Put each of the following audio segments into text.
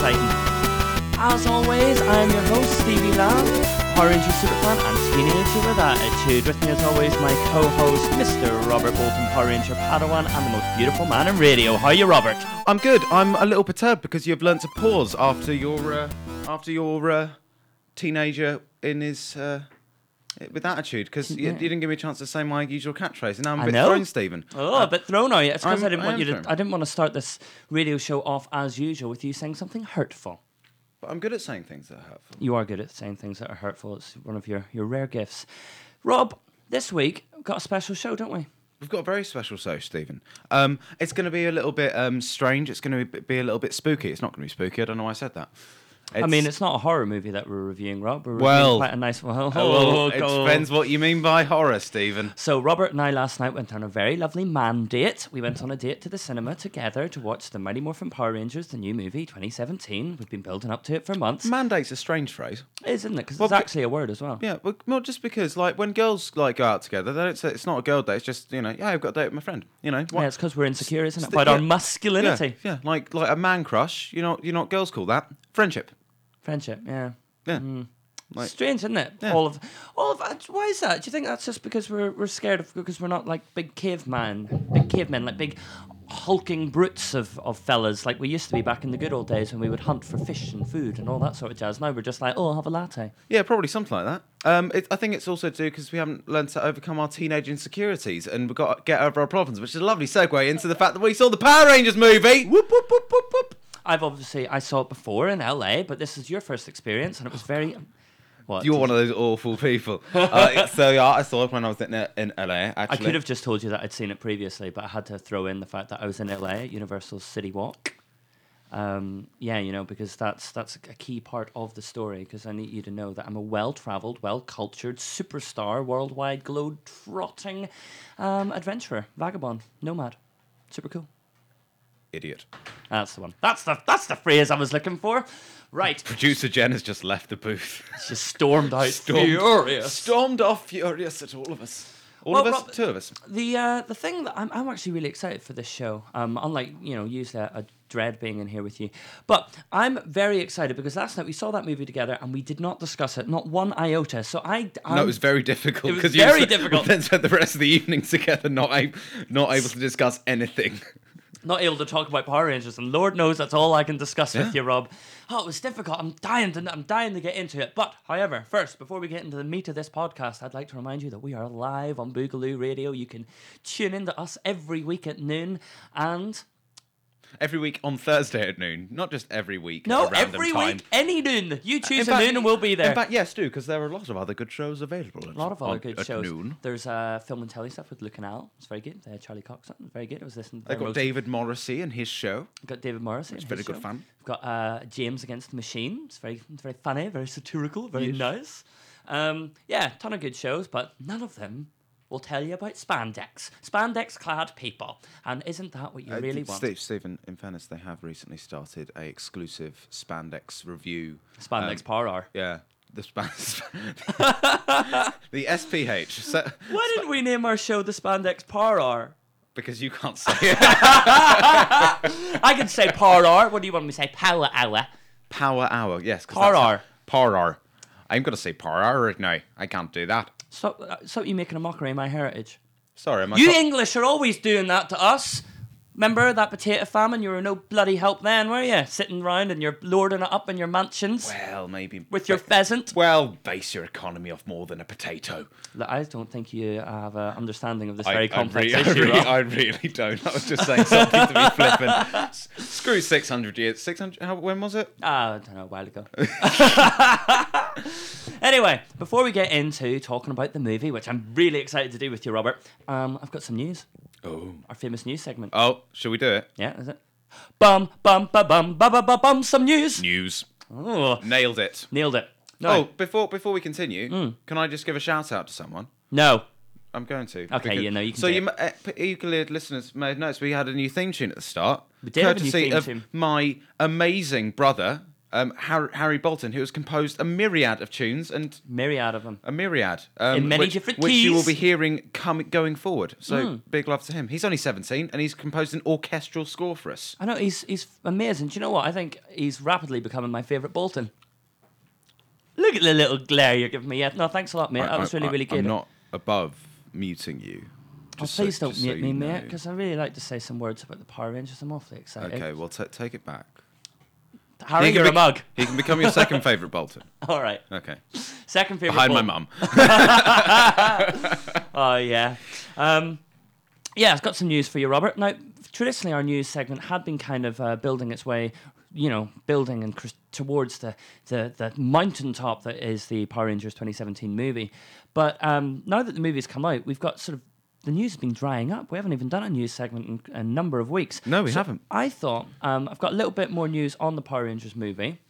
Titan. As always, I'm your host, Stevie Lamb, Power Rangers Superfan, and Skinny Ninja with Attitude. With me, as always, my co host, Mr. Robert Bolton, Power Ranger Padawan, and the most beautiful man in radio. How are you, Robert? I'm good. I'm a little perturbed because you've learnt to pause after your uh, after your uh, teenager in his uh, with attitude because you, you didn't give me a chance to say my usual catchphrase, and now I'm a I bit know. thrown, Stephen. Oh, a bit thrown are you? It's because I I'm- didn't I want am you to. thrown. I didn't want to start this radio show off as usual with you saying something hurtful. But I'm good at saying things that are hurtful. You are good at saying things that are hurtful. It's one of your, your rare gifts. Rob, this week we've got a special show, don't we? We've got a very special show, Stephen. Um, it's going to be a little bit um, strange. It's going to be, be a little bit spooky. It's not going to be spooky. I don't know why I said that. I mean, It's- it's not a horror movie that we're reviewing, Rob. We're reviewing Well- quite a nice one. Oh, well, it God. depends what you mean by horror, Stephen. So Robert and I last night went on a very lovely man date. We went on a date to the cinema together to watch The Mighty Morphin Power Rangers, the new movie, 2017. We've been building up to it for months, Mandate's a strange phrase. isn't it? Because Well, it's but- actually a word as well. Yeah, well, well, just because like when girls like go out together, they don't say it's not a girl date. It's just you know, yeah, I've got a date with my friend. You know, Yeah, it's because we're insecure, isn't it? the- About our yeah. yeah, masculinity, yeah, like like a man crush. You know, you know what girls call that friendship. friendship. Yeah. Yeah, Mm. Like- Strange, isn't it? Yeah. All of, all of. that- Why is that? Do you think that's just because we're we're scared of because we're not like big caveman, big cavemen, like big hulking brutes of of fellas like we used to be back in the good old days when we would hunt for fish and food and all that sort of jazz. Now we're just like, oh, I'll have a latte. yeah, probably something like that. Um, it, I think it's also due because we haven't learned to overcome our teenage insecurities and we have got to get over our problems, which is a lovely segue into the fact that we saw the Power Rangers movie. Whoop whoop whoop whoop whoop. I've obviously I saw it before in LA, but this is your first experience, and it was very. Oh, What? You're one of those awful people. uh, so yeah, I saw it when I was in, uh, in LA. Actually, I could have just told you that I'd seen it previously, but I had to throw in the fact that I was in LA at Universal City Walk. Um, yeah, you know, because that's that's a key part of the story. Because I need you to know that I'm a well-traveled, well-cultured superstar, worldwide globe-trotting um, adventurer, vagabond, nomad, super cool. idiot. That's the one. That's the that's the phrase I was looking for. Right, Producer Jen has just left the booth. she stormed out, Stormed- furious. Stormed off furious at all of us. All Well, of us? Rob- Two of us. The uh, the thing that I'm, I'm actually really excited for this show. Um, unlike you know, usually I I dread being in here with you, but I'm very excited because last night we saw that movie together and we did not discuss it, not one iota. So I i No, it was very difficult. um, It was 'cause you very s- difficult. Then spent the rest of the evening together, not ab- not able to discuss anything. not able to talk about Power Rangers, and Lord knows that's all I can discuss Yeah. with you, Rob. Oh, it was difficult. I'm dying to I'm dying to get into it. But however, first, before we get into the meat of this podcast, I'd like to remind you that we are live on Boogaloo Radio. You can tune in to us every week at noon and. Every week on Thursday at noon, not just every week. No, at a random every time. week, any noon. You In choose a fact- noon and we'll be there. In fact, yes, do because there are a lot of other good shows available. At, a lot of other on- good at shows. Noon. There's uh, film and telly stuff with Luke and Al. It's very good. Uh, Charlie Cox, it's very good. I was listening. To They've their got most- David Morrissey and his show. got David Morris. It's very good fun. We've got uh, James against the Machine. It's very, it's very funny, very satirical, very nice. Um, yeah, ton of good shows, but none of them will tell you about spandex, spandex-clad people, and isn't that what you Uh, really Ste- want? Stephen, in fairness, they have recently started a exclusive spandex review. um, Spandex par are. Yeah, the Spanish. the SPH. So, Why didn't we name our show the Spandex Par Are? because you can't say it. I could say par are. What do you want me to say? Power hour. Power hour, yes. 'cause Par that's- hour. Par hour. I'm going to say par hour right now. I can't do that. Stop, uh, stop you making a mockery of my heritage. Sorry, my You co- English are always doing that to us. Remember that potato famine? You were no bloody help then, were you? Sitting round and you're lording it up in your mansions Well, maybe. with your pheasant. Well, base your economy off more than a potato. Look, I don't think you have an understanding of this I- very I, complex re- I, issue. really, Rob. I really don't. I was just saying something to be flippant. S- Screw 600 years. 600, how, when was it? Ah, I don't know, a while ago. anyway, before we get into talking about the movie, which I'm really excited to do with you, Robert, um, I've got some news. Oh. Our famous news segment. Oh, shall we do it? Yeah, is it? Bum, bum, ba, bum, ba, ba, ba, bum, some news. News. Oh, Nailed it. nailed it. No. Hmm. Oh, before before we continue, can I just give a shout out to someone? No. I'm going to. Okay, yeah, no, you can So do you, it. ma- uh, p- euclid listeners may have noticed we had a new theme tune at the start. We did have a new courtesy theme of tune. my amazing brother, um, Harry, Harry Bolton, who has composed a myriad of tunes and Myriad of them. a myriad um, In many which, different which you will keys. Hmm. be hearing come, going forward. So big love to him. He's only 17 and he's composed an orchestral score for us. I know he's he's amazing. Do you know what? I think he's rapidly becoming my favourite Bolton. Look at the little glare you're giving me. Yeah, no, thanks a lot, mate. I- that was I- really I- really good. I'm not above muting you. Oh, Just so- please don't just so mute me, you mate, know. because I really like to say some words about the Power Rangers. I'm awfully excited. Okay, well, ta take it back. Harry, He can you're a be- mug. He can become your second favourite Bolton. All right. Okay. Second favorite. Behind my Bolton. mum. Oh yeah. Um, yeah, I've got some news for you, Robert. Now, traditionally, our news segment had been kind of uh, building its way, you know, building and cr- towards the, the the mountaintop that is the Power Rangers 2017 movie. But um, now that the movie's come out, we've got sort of the news has been drying up. We haven't even done a news segment in a number of weeks. No, we haven't. I thought um, I've got a little bit more news on the Power Rangers movie.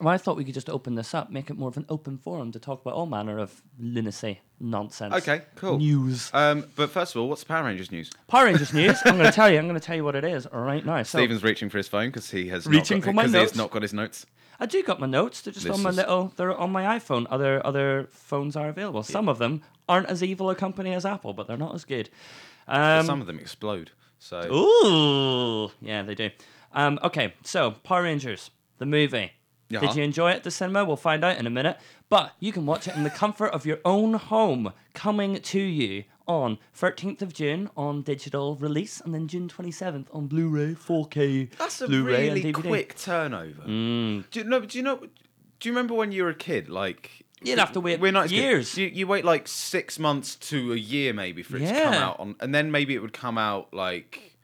Well, I thought we could just open this up, make it more of an open forum to talk about all manner of lunacy, nonsense. Okay, cool. News. Um, but first of all, what's Power Rangers news? Power Rangers news. I'm going to tell you. I'm going to tell you what it is. All right, nice. So, Stephen's reaching for his phone because he has Reaching not got, for my 'cause He notes? has not got his notes. I do got my notes. They're just This on my is- little. They're on my iPhone. Other other phones are available. Some of them aren't as evil a company as Apple, but they're not as good. Um, Some of them explode. So Ooh, yeah, they do. Um, okay, so Power Rangers the movie. Yeah. Did you enjoy it at the cinema? We'll find out in a minute. But you can watch it in the comfort of your own home, coming to you on 13th of June on digital release, and then June 27th on Blu-ray, 4K, That's a Blu-ray really and DVD. quick turnover. Mm. Do you know? Do you know? Do you remember when you were a kid? Like You'd have to wait we're not as good. years. You, you wait like six months to a year maybe for it to come Yeah. out on, and then maybe it would come out like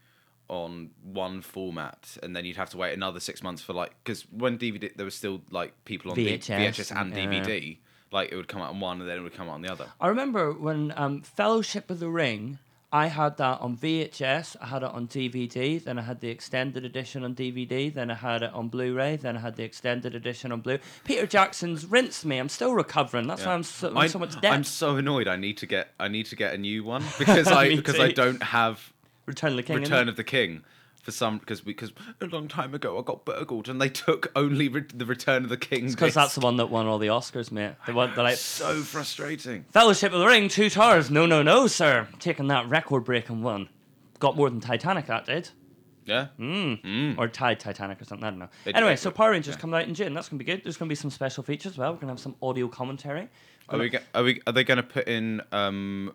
on one format, and then you'd have to wait another six months for like because when DVD there was still like people on D- VHS, VHS and yeah. DVD. Like it would come out on one, and then it would come out on the other. I remember when um, Fellowship of the Ring, I had that on VHS, I had it on DVD, then I had the extended edition on DVD, then I had it on Blu ray, then I had the extended edition on Blu Peter Jackson's rinsed me. I'm still recovering. That's why I'm so, I'm so much debt. I'm so annoyed. I need to get I need to get a new one because I Me because I too. don't have Return of the King. isn't Return it? of the King for some because because a long time ago I got burgled and they took only re- the Return of the King. because that's disc. the one that won all the Oscars, mate. The one that like so frustrating. Fellowship of the Ring, two stars. No, no, no, sir. Taking that record-breaking one. Got more than Titanic that did. Yeah, Hmm? or tied Titanic or something. I don't know. It- anyway, it- so Power Rangers yeah. coming out in June. That's gonna be good. There's gonna be some special features as well. We're gonna have some audio commentary, are we go- are we are they going to put in um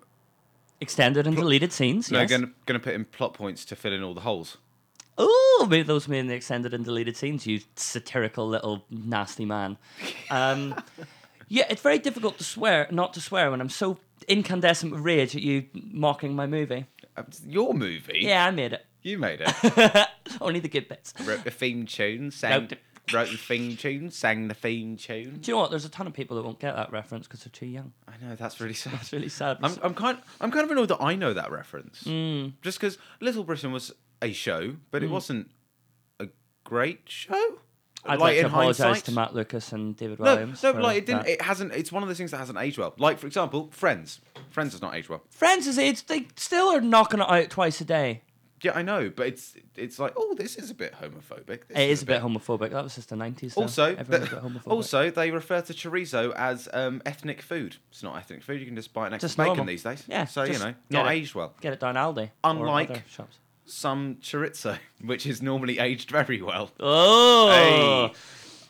extended and deleted scenes. they're yes. going to going to put in plot points to fill in all the holes. Ooh, maybe those may be in the extended and deleted scenes. You satirical little nasty man. Um, yeah, it's very difficult to swear, not to swear, when I'm so incandescent with rage at you mocking my movie. Uh, it's Your movie, Yeah, I made it. you made it. Only the good bits. wrote the theme tune, Wrote sang the- wrote the theme tune, sang the theme tune. Do you know what? There's a ton of people that won't get that reference because they're too young. I know that's really sad. It's really sad. I'm, I'm kind I'm kind of annoyed that I know that reference. Hmm. Just because Little Britain was a show, but it wasn't a great show. I'd like, to apologise to Matt Lucas and David No, Williams. no, for like it didn't. that. It hasn't. It's one of those things that hasn't aged well. Like for example, Friends. Friends does not age well. Friends is it's they still are knocking it out twice a day. Yeah, I know, but it's it's like oh, this is a bit homophobic. This It is a bit homophobic. That was just the nineties. Also, everyone the- was a bit homophobic. also they refer to chorizo as um, ethnic food. It's not ethnic food. You can just buy it next Just to bacon normal. these days. Yeah, so you just know, get not it. aged well. get it down Aldi. or Unlike- other shops. Some chorizo, which is normally aged very well. Oh. Hey,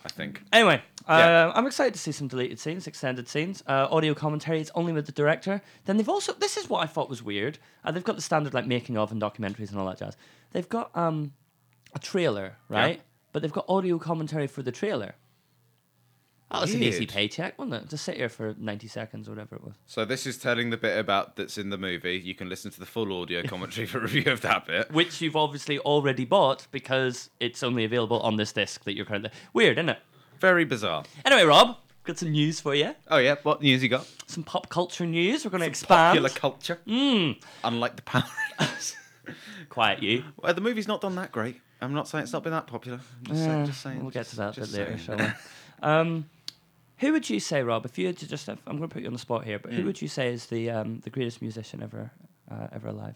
I think. Anyway, Yeah. uh, I'm excited to see some deleted scenes, extended scenes, uh, audio commentary. It's only with the director. Then they've also this is what I thought was weird. Uh, they've got the standard like making of and documentaries and all that jazz. They've got um, a trailer, right? But they've got audio commentary for the trailer. That was Oh, an easy Weird. paycheck, wasn't it? Just sit here for 90 seconds or whatever it was. So this is telling the bit about that's in the movie. You can listen to the full audio commentary for review of that bit. which you've obviously already bought because it's only available on this disc that you're currently. Weird, isn't it? Very bizarre. Anyway, Rob, got some news for you. Oh yeah, what news you got? Some pop culture news. We're going to expand. Popular culture. Mm. Unlike the Power Rangers. Quiet you. well, the movie's not done that great. I'm not saying it's not been that popular. I'm just, saying, just saying. we'll get just- to that a bit just later, saying. shall we? Um, who would you say, Rob, if you had to just, I'm going to put you on the spot here, but who would you say is the um, the greatest musician ever uh, ever alive?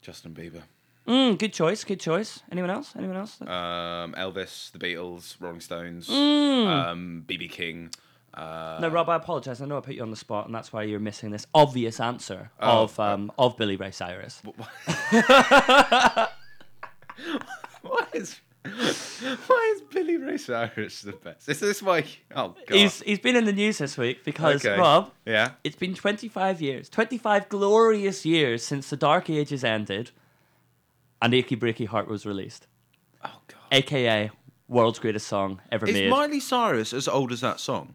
Justin Bieber. Mm, good choice. Good choice. Anyone else? Anyone else? Um, Elvis, The Beatles, Rolling Stones, Hmm. um, BB King. Uh, no, Rob. I apologize. I know I put you on the spot, and that's why you're missing this obvious answer Oh, of um, of Billy Ray Cyrus. Why is why is Billy Ray Cyrus the best? Is this my oh god? He's he's been in the news this week because Okay. Rob. Yeah. It's been 25 years, 25 glorious years since the Dark Ages ended, and Achy Breaky Heart was released, Oh god. aka world's greatest song ever made. Is Miley Cyrus as old as that song?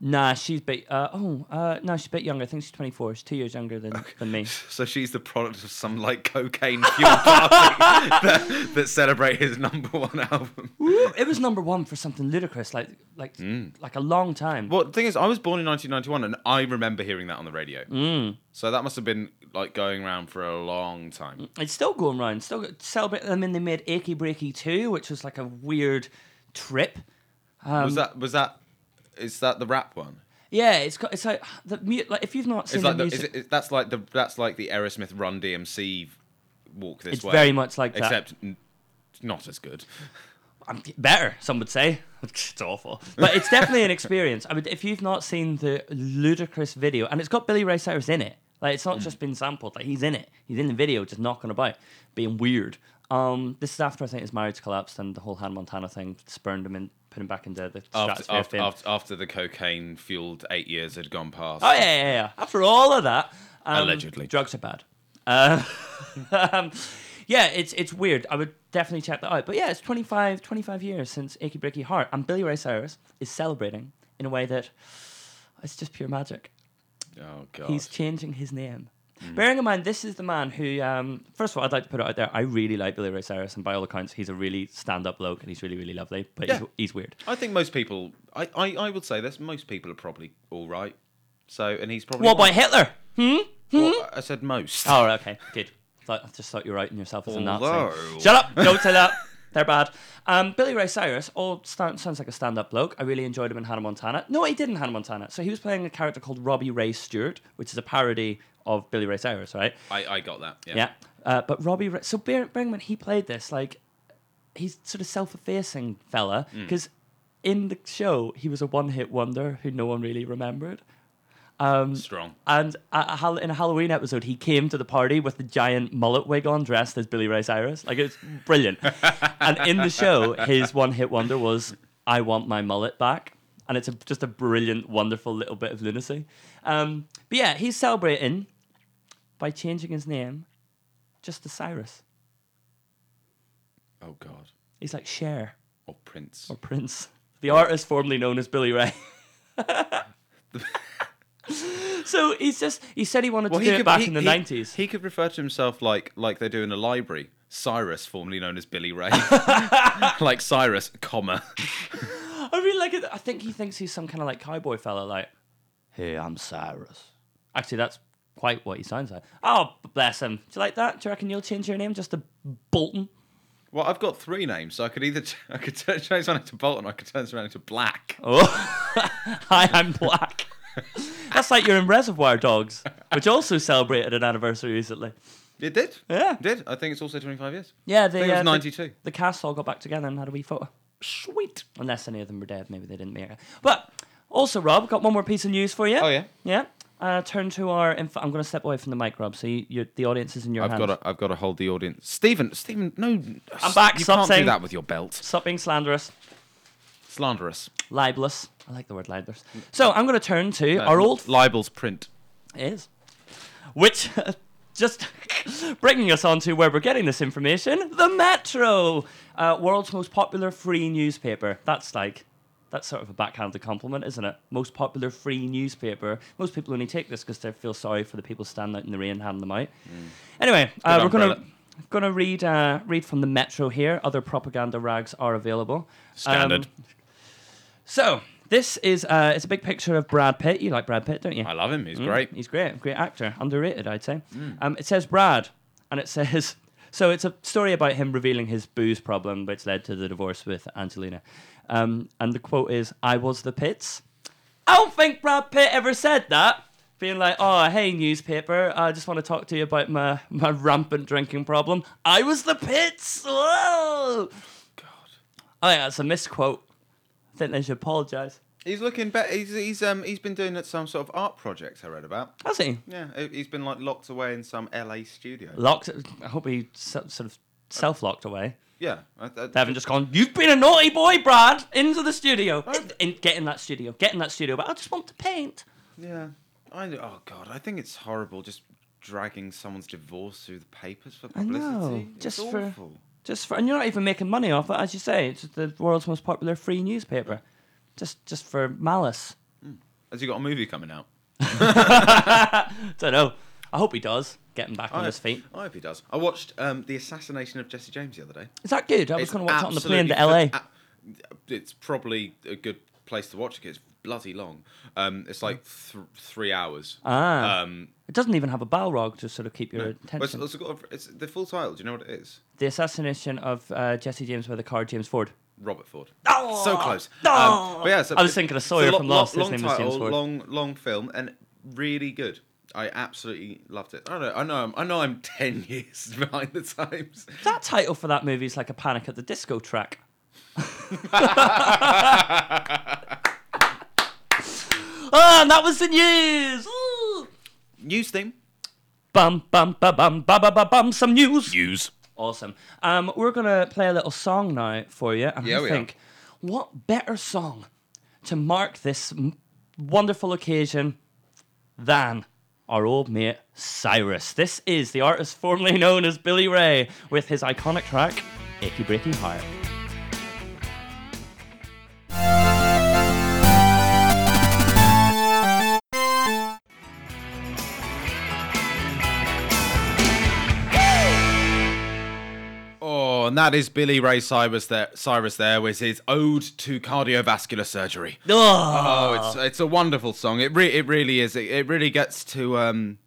Nah, she's bit. Uh, oh, uh, no, she's a bit younger. I think she's 24. She's two years younger than, than me. So she's the product of some like cocaine fueled party that, that celebrate his number one album. Ooh, it was number one for something ludicrous, like like like a long time. Mm. Well, the thing is, I was born in 1991, and I remember hearing that on the radio. Mm. So that must have been like going around for a long time. It's still going round. Still got, celebrate. I mean, they made Achy Breaky two, which was like a weird trip. Um, was that? Was that? Is that the rap one? Yeah, it's got it's like the mu- like if you've not seen It's like the the, music, is it, is- that's like the that's like the Aerosmith Run DMC walk this It's way. very much like that. except n- not as good. I'm better. Some would say it's awful, but it's definitely an experience. I mean, if you've not seen the ludicrous video, and it's got Billy Ray Cyrus in it, like it's Mm. not just been sampled. Like he's in it. He's in the video, just knocking about, being weird. Um, this is after I think his marriage collapsed and the whole Han Montana thing spurned him and put him back into the After stratosphere. of after, fame. after, after the cocaine fueled eight years had gone past. Oh yeah, yeah, yeah. After all of that, um, Allegedly. drugs are bad. Uh, um, yeah, it's it's weird. I would definitely check that out. But yeah, it's 25, 25 years since Achy Breaky Heart, and Billy Ray Cyrus is celebrating in a way that it's just pure magic. Oh god. He's changing his name. Bearing in mind, this is the man who, um, first of all, I'd like to put it out there. I really like Billy Ray Cyrus, and by all accounts, he's a really stand-up bloke, and he's really, really lovely. But Yeah. he's, he's weird. I think most people. I, I I would say this. Most people are probably all right. So and he's probably. What about one. Hitler? Well, I said most. Oh, right, okay, good. Thought, I just thought you were outing yourself as a Although- Nazi. Shut up! Don't say that. They're bad. Um, Billy Ray Cyrus all stand, sounds like a stand-up bloke. I really enjoyed him in Hannah Montana. No, he did in Hannah Montana. So he was playing a character called Robbie Ray Stewart, which is a parody of Billy Ray Cyrus, right? I, I got that. Yeah. Yeah. Uh, but Robbie, Ra- so bear, bearing in mind he played this like he's sort of self-effacing fella Mm. because in the show he was a one-hit wonder who no one really remembered. Strong. And at a Hall- in a Halloween episode, he came to the party with the giant mullet wig on, dressed as Billy Ray Cyrus. Like it's brilliant. and in the show, his one-hit wonder was "I Want My Mullet Back," and it's a, just a brilliant, wonderful little bit of lunacy. Um, but yeah, he's celebrating by changing his name just to Cyrus. Oh god. He's like Cher Or Prince. or Prince, the artist formerly known as Billy Ray. so he's just he said he wanted to do it back in the nineties. He, could refer to himself like like they do in a library. Cyrus, formerly known as Billy Ray, like Cyrus, comma. I really like it. I think he thinks he's some kind of like cowboy fella, like, hey, I'm Cyrus. Actually, that's quite what he sounds like. Oh, bless him. Do you like that? Do you reckon you'll change your name just to Bolton? Well, I've got three names, so I could either I could turn, change one into Bolton, I could turn this around into Black. Oh, hi, I'm black. that's like you're in Reservoir Dogs, which also celebrated an anniversary recently. It did. Yeah. It did. I think it's also 25 years. Yeah, I they, think uh, it was the- 92. The cast all got back together and had a wee photo. Sweet. Unless any of them were dead, maybe they didn't make it. But also, Rob, got one more piece of news for you. Oh, yeah? yeah. Uh, turn to our. Inf- I'm going to step away from the mic, Rob. So you, you, the audience is in your I've hands. got to, I've got to hold the audience. Stephen, Stephen, no. I'm back, You stop can't saying- do that with your belt. Stop being slanderous, Slanderous. libelous. I like the word libelous. Mm. So I'm going to turn to our old f- Uh, libels print. is, which just bringing us on to where we're getting this information: the Metro, uh, world's most popular free newspaper. That's like. That's sort of a backhanded compliment, isn't it? Most popular free newspaper. Most people only take this because they feel sorry for the people standing out in the rain handing them out. Anyway, uh, Mm. Good we're gonna umbrella. gonna read uh, read from the Metro here. Other propaganda rags are available. Um, Standard. So this is uh, it's a big picture of Brad Pitt. You like Brad Pitt, don't you? I love him. Hmm. He's great. He's great, great actor, underrated, I'd say. Um, it says Brad, and it says so. It's a story about him revealing his booze problem, which led to the divorce with Angelina. Um, and the quote is, "I was the pits." I don't think Brad Pitt ever said that. being like, "Oh, hey, newspaper, I just want to talk to you about my my rampant drinking problem. I was the pits. Whoa, God, I think that's a misquote. I think they should apologise. He's looking better. He's he's um he's been doing some sort of art project I read about. Has he Yeah, he- he's been like locked away in some LA studio. locked? I hope he so- sort of self locked away. yeah, I, I, They haven't just gone. You've been a naughty boy, Brad. Into the studio. In, in, get in that studio. Get in that studio. But I just want to paint. yeah. I oh god, I think it's horrible just dragging someone's divorce through the papers for I publicity. know, It's just for- awful. Just for, and you're not even making money off it, as you say. It's the world's most popular free newspaper. Just, just for malice. Has he got a movie coming out? Don't know. I hope he does. Get him back on I, his feet. I hope he does. I watched um, the assassination of Jesse James the other day. Is that good? I was It's going to watch it on the plane absolutely to LA. fa- a- It's probably a good place to watch it. 'cause It's bloody long. Um, it's like th- three hours. Mm. Ah. Um, it doesn't even have a Balrog to sort of keep your well, it's, attention. it's got a- it's the full title. Do you know what it is? the assassination of uh, Jesse James by the car James Ford. Robert Ford. Oh, so close. Um, oh. but yeah, so I was it- thinking of it's a Sawyer lo- from lo- Lost. His Long name was James title, Ford. long, long film, and really good. I absolutely loved it. I don't know. I know. I'm, I know. I'm ten years behind the times. That title for that movie is like a Panic at the Disco track. Ah, and that was the news. Ooh. News theme. Bum bum ba bum ba ba ba bum. Some news. News. Awesome. Um, we're gonna play a little song now for you, and Yeah, I we think what better song to mark this m- wonderful occasion than our old mate Cyrus. This is the artist formerly known as Billy Ray with his iconic track "Icky Breaky Heart." Oh, and that is Billy Ray Cyrus there, Cyrus there with his Ode to Cardiovascular Surgery. Oh, Oh, it's it's a wonderful song. It re- it really is. It, it really gets to um,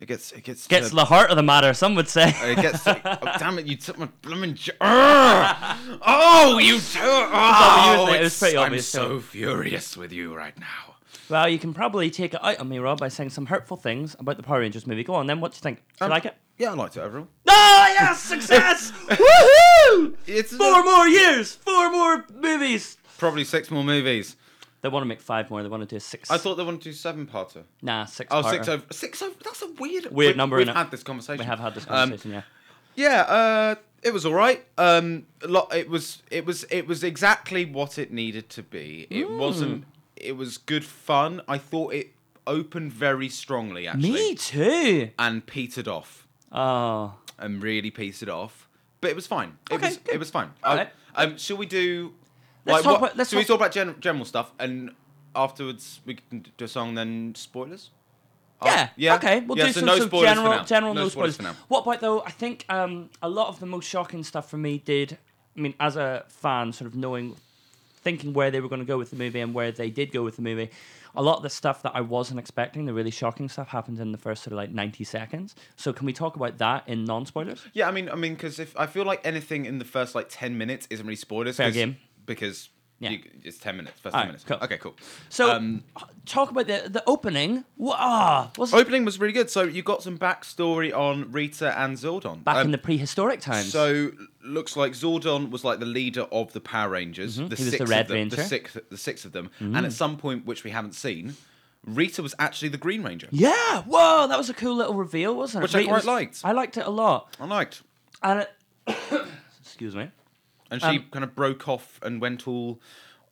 it gets it gets gets to, the heart of the matter. Some would say. it gets. To, oh, damn it! You took my blooming. J- Urgh! oh, you took. obvious, Oh, mate. It was it's- pretty I'm obvious, so furious with you right now. Well, you can probably take it out on me, Rob, by saying some hurtful things about the Power Rangers movie. Go on, then. What do you think? Um, Do you like it? Yeah, I liked it overall. No, yes, success! Woohoo! It's Four more years, four more movies. probably six more movies. They want to make five more. They want to do a six. I thought they wanted to do seven parter. nah, six. Oh, parter. six over. Six over. That's a weird Weird we've- number, We've innit? had this conversation. We have had this Um, conversation, yeah. Yeah, uh, it was all right. Um, a lot. It was. It was. It was exactly what it needed to be. It Hmm. wasn't. It was good fun. I thought it opened very strongly actually, Me too. and petered off, Oh, and really petered off. But it was fine. It Okay, was. good. It was fine. All I- right. Um, shall we do? Let's talk what- about- let's shall we talk- talk about gen- general stuff and afterwards we can do a song then spoilers. Oh, yeah. yeah. Okay, we'll Yeah, do so some, no some spoilers for general, now. general no, No spoilers. spoilers for now. What about though? I think um, a lot of the most shocking stuff for me did. I mean, as a fan, sort of knowing, thinking where they were going to go with the movie and where they did go with the movie, a lot of the stuff that I wasn't expecting, the really shocking stuff, happened in the first sort of like ninety seconds. So can we talk about that in non-spoilers? Yeah, I mean, I mean, because if I feel like anything in the first like ten minutes isn't really spoilers. Fair 'cause- game. Because Yeah. you, it's ten minutes. First Alright, ten minutes. cool. Okay, cool. So um, Oh, h- talk about the the opening. Wha- ah, was opening was really good. So you got some backstory on Rita and Zordon. back Um, in the prehistoric times. So looks like Zordon was like the leader of the Power Rangers. The Mm-hmm. He was six the Red of them, Ranger. Mm-hmm. The six, the six of them. And at some point, which we haven't seen, Rita was actually the Green Ranger. yeah, whoa, that was a cool little reveal, wasn't it? Which I Rita quite was- liked. I liked it a lot, I liked. and it, excuse me, And she Um, kind of broke off and went all,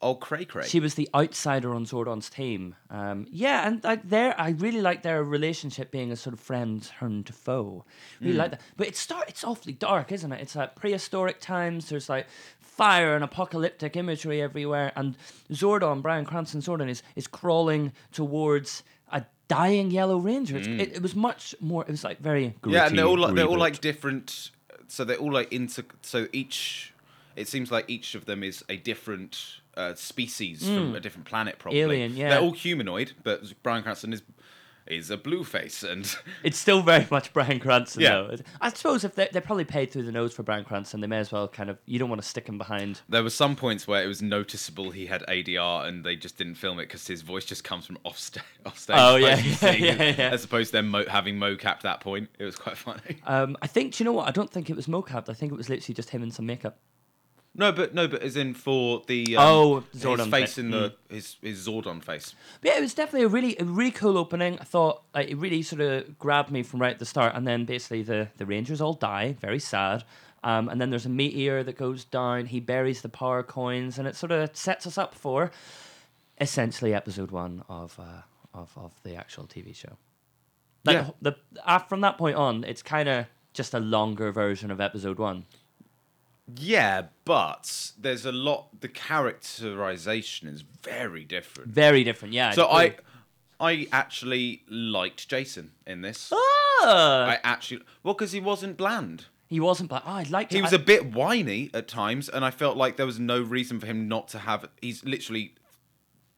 all cray cray. she was the outsider on Zordon's team. Um, yeah, and like their, I really like their relationship being a sort of friend turned to foe. Really like that, but it start, it's awfully dark, isn't it? It's like prehistoric times. There's like fire and apocalyptic imagery everywhere, and Zordon, Brian Cranston Zordon, is is crawling towards a dying Yellow Ranger. It's, it, it was much more. It was like very yeah, and gritty they're all like they're all reboot. like different. So they're all like inter. So each, it seems like each of them is a different uh, species from a different planet. Probably Hmm. Alien, yeah. They're all humanoid, but Brian Cranston is is a blue face and It's still very much Brian Cranston, Yeah. though. It- I suppose if they're, they're probably paid through the nose for Brian Cranston, they may as well kind of. You don't want to stick him behind. there were some points where it was noticeable he had ADR and they just didn't film it because his voice just comes from off, sta- off stage. Oh, as yeah, opposed to yeah, seeing- yeah, yeah. As opposed to them mo- having mocapped that point. It was quite funny. Um, I think. Do you know what? I don't think it was mocapped. I think it was literally just him and some makeup. No, but no, but as in for the um, Oh, Zordon his face face. Hmm. in the his his Zordon face. But yeah, it was definitely a really, a really cool opening. I thought like, it really sort of grabbed me from right at the start, and then basically the the Rangers all die, very sad. Um, and then there's a meteor that goes down. He buries the power coins, and it sort of sets us up for essentially episode one of uh, of of the actual TV show. Like, Yeah. the, the uh, from that point on, it's kind of just a longer version of episode one. Yeah, but there's a lot. The characterization is very different. Very different, yeah. So I, agree. I actually liked Jason in this. Ah! I actually well because he wasn't bland. he wasn't, but oh, I liked. He it. was I- a bit whiny at times, and I felt like there was no reason for him not to have. He's literally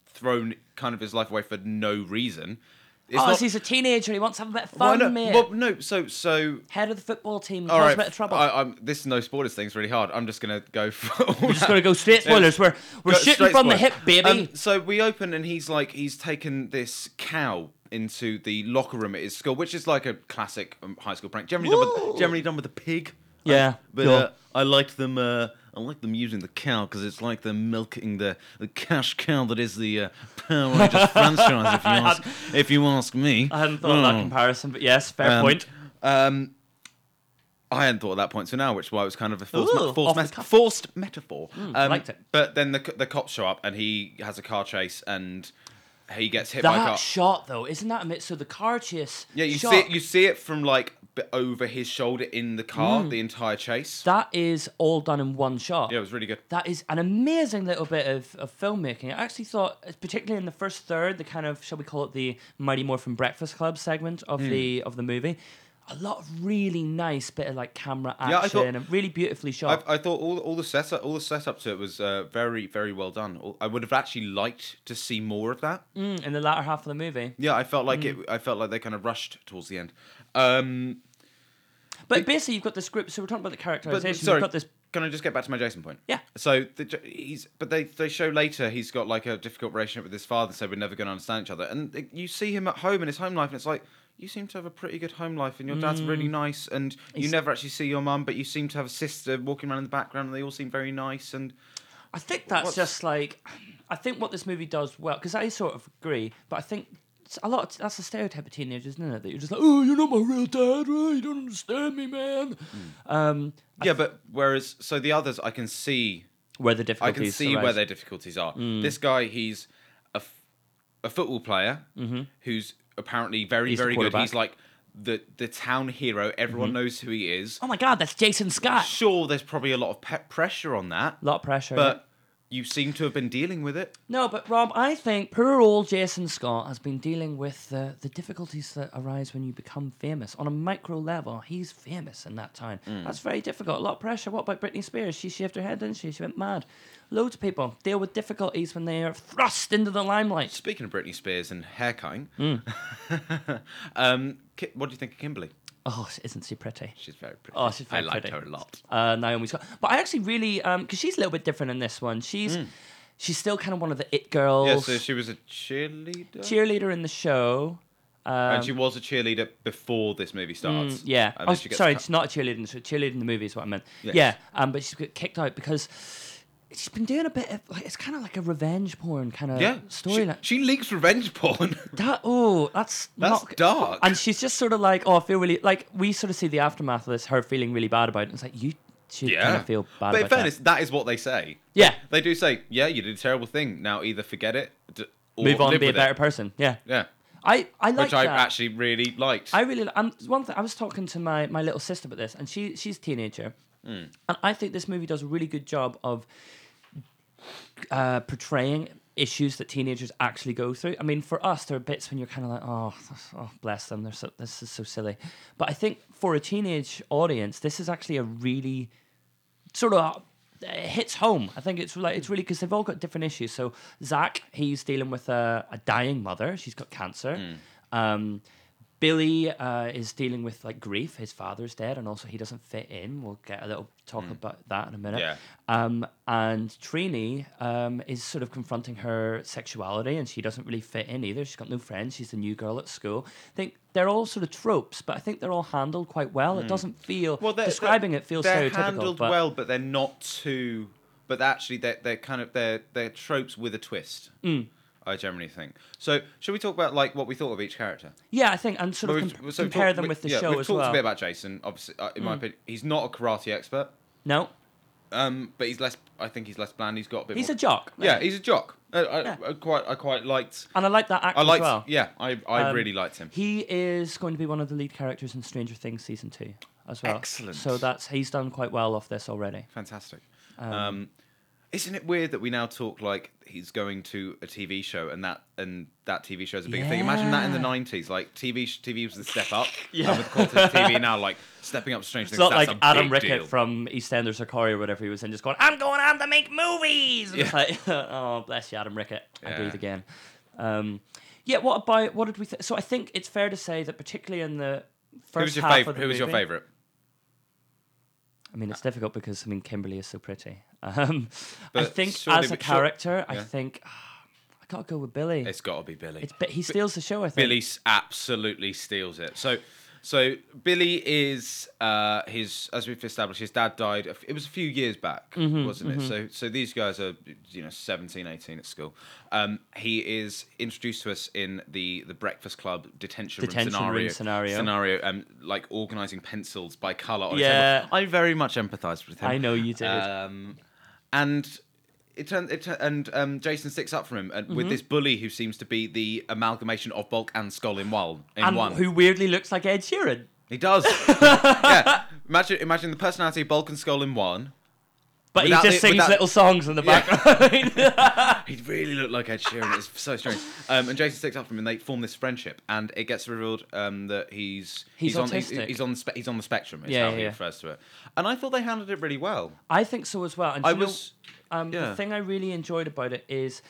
thrown kind of his life away for no reason. It's Oh, not- he's a teenager. He wants to have a bit of Why fun, not? mate. Well, no. So so head of the football team All cause right, a bit of trouble. I, I'm, this no spoilers thing's really hard. I'm just gonna go for. All We're just gonna go straight Yeah. spoilers. We're we're shooting from the hip, baby. Um, so we open and he's like he's taken this cow into the locker room at his school, which is like a classic um, high school prank. Generally done Woo! with generally done with a pig. um, yeah, But uh, I liked them. Uh, I like them using the cow because it's like they're milking the, the cash cow that is the uh, Power Rangers franchise. If you ask, if you ask me, I hadn't thought of Hmm. that Oh. Mm. comparison, but yes, fair Um, point. Um, I hadn't thought of that point till now, which is why it was kind of a forced, Ooh, off forced, the met- cuff. Hmm, forced metaphor. um, liked it. But then the co- the cops show up and he has a car chase and he gets hit by a car. That shot though, isn't that a bit? So the car chase. yeah, you shot, see it, you see it from like b- over his shoulder in the car the entire chase. Hmm. that is all done in one shot. yeah, it was really good. That is an amazing little bit of, of filmmaking. I actually thought, uh, particularly in the first third, the kind of shall we call it the Mighty Morphin Breakfast Club segment of Hmm. the of the movie, a lot of really nice bit of like camera action Yeah, I thought- and really beautifully shot. I, I thought all all the setup all the setup to it was uh, very very well done. All- I would have actually liked to see more of that. Mm, in the latter half of the movie. Yeah, I felt like it. I felt like they kind of rushed towards the end. Um, But basically, you've got this group. So we're talking about the But characterization. sorry, you've got this. can I just get back to my Jason point? Yeah. So the, J- he's, but they they show later he's got like a difficult relationship with his father, so we're never going to understand each other. And it- you see him at home in his home life, and it's like you seem to have a pretty good home life, and your dad's really nice, and you Mm. He's- never actually see your mum, but you seem to have a sister walking around in the background, and they all seem very nice. And I think that's what's- just like. I think what this movie does well, because I sort of agree, but I think it's a lot. Of, that's a stereotype of teenagers, isn't it? That you're just like, oh, you're not my real dad. Oh, you don't understand me, man. Hmm. Um, yeah, but whereas so the others, I can see where the I difficulties. Mm. can see where arise. their difficulties are. This guy, he's a, f- a football player who's apparently very, Mm-hmm. He's the very good. quarterback. Mm-hmm. He's like the the town hero. Everyone knows who he is. Oh my God, that's Jason Scott. Sure, there's probably a lot of pe- pressure on that, A lot of pressure. but you seem to have been dealing with it. No, but Rob, I think poor old Jason Scott has been dealing with the, the difficulties that arise when you become famous. On a micro level, he's famous in that time. Mm. That's very difficult. A lot of pressure. What about Britney Spears? She shaved her head, didn't she? She went mad. Loads of people deal with difficulties when they are thrust into the limelight. Speaking of Britney Spears and hair cutting, Mm. um, Ki- what do you think of Kimberly? Oh, isn't she pretty? She's very pretty. Oh, she's I very liked pretty. her a lot. uh, Naomi Scott. But I actually really, because she's a little bit different in this one. She's she's still kind of one of the it girls, Yeah, Mm. so she was a cheerleader, cheerleader in the show. Um, and she was a cheerleader before this movie starts. Yeah. and Oh, then she gets sorry, cut. it's not a cheerleader. It's a cheerleader in the movie is what I meant. Yes. Yeah. Um, but she's got kicked out because she's been doing a bit of like it's kind of like a revenge porn kind of yeah, she- storyline. she leaks revenge porn. That oh, that's That's not, dark. And she's just sort of like, oh, I feel really like we sort of see the aftermath of this, her feeling really bad about it. It's like you should kind of feel bad. But in about fairness, that. that is what they say. yeah, They do say, "Yeah, you did a terrible thing. Now either forget it, d- or move on, live be a with it." better person. Yeah, Yeah, I I like which I that. actually really liked. I really. Um, one thing I was talking to my my little sister about this, and she she's a teenager, and I think this movie does a really good job of uh, portraying issues that teenagers actually go through. I mean, for us, there are bits when you're kind of like, oh, oh, bless them, they're so this is so silly. But I think for a teenage audience, this is actually a really sort of it hits home. I think it's like it's really because they've all got different issues. So Zach, he's dealing with a, a dying mother. She's got cancer. Hmm. Um, Billy uh, is dealing with like grief. His father's dead, and also he doesn't fit in. We'll get a little talk about that in a minute. Hmm. Yeah. Um, and Trini um, is sort of confronting her sexuality, and she doesn't really fit in either. She's got no friends. She's the new girl at school. I think they're all sort of tropes, but I think they're all handled quite well. It doesn't feel Hmm. Well, they're, describing they're- it feels they're stereotypical. handled but well, but they're not too. But actually, they're they're kind of they're they're tropes with a twist. Mm. I generally think. So, should we talk about like what we thought of each character? yeah, I think and sort Well, of we've- comp- so we've compare talked- them we- with the yeah, show We've as talked well. Mm. a bit about Jason. Obviously, uh, in my opinion, he's not a karate expert, no, um, but he's less. I think he's less bland. He's got a bit. he's more, a jock. yeah, he's a jock. I, I, Yeah. I quite I quite liked. and I like that act I liked. as well. Yeah, I I Um, really liked him. He is going to be one of the lead characters in Stranger Things season two as well. Excellent. So that's he's done quite well off this already. Fantastic. Um, isn't it weird that we now talk like he's going to a TV show and that and that TV show is a big thing? Imagine that in the Yeah. nineties, like TV sh- TV was the step up. Yeah. and with quality TV now, like stepping up to strange It's things. not that's like a Adam big Rickett deal. from EastEnders or Corey or whatever he was in, just going, "I'm going on to make movies." And It's like, oh bless you, Adam Rickett. I Yeah. breathe again. Um, yeah. What about what did we? Th- so I think it's fair to say that particularly in the first Who was your half favorite? of the Who was your movie- favorite? I mean, it's Uh, difficult because I mean, Kimberly is so pretty. Um, I But think surely- as a but sure- character, I yeah. think I gotta go with Billy. It's got to be Billy. It's but he steals the show. I think. Billy s- absolutely steals it. So, so Billy is uh, his as we've established. His dad died. a f- It was a few years back, Mm-hmm, wasn't it? So, so these guys are you know 17, 18 at school. Um, he is introduced to us in the the Breakfast Club detention, Detention room room scenario. scenario. scenario, um, like organizing pencils by color. On Yeah. yeah, I very much empathized with him. I know you did. Um, and it turned it tur- and um, Jason sticks up for him and Mm-hmm. with this bully who seems to be the amalgamation of Bulk and Skull in one. In and one, who weirdly looks like Ed Sheeran. he does. yeah, imagine imagine the personality of Bulk and Skull in one. But Without he just the- sings without- little songs in the Yeah. background. He really looked like Ed Sheeran. It's so strange. Um, and Jason sticks up for him, and they form this friendship. And it gets revealed um, that he's He's on he's, autistic. he's on the spe- he's on the spectrum. Is Yeah, how yeah, he yeah. refers to it. And I thought they handled it really well. I think so as well. And do I you know, was um, the yeah. thing I really enjoyed about it is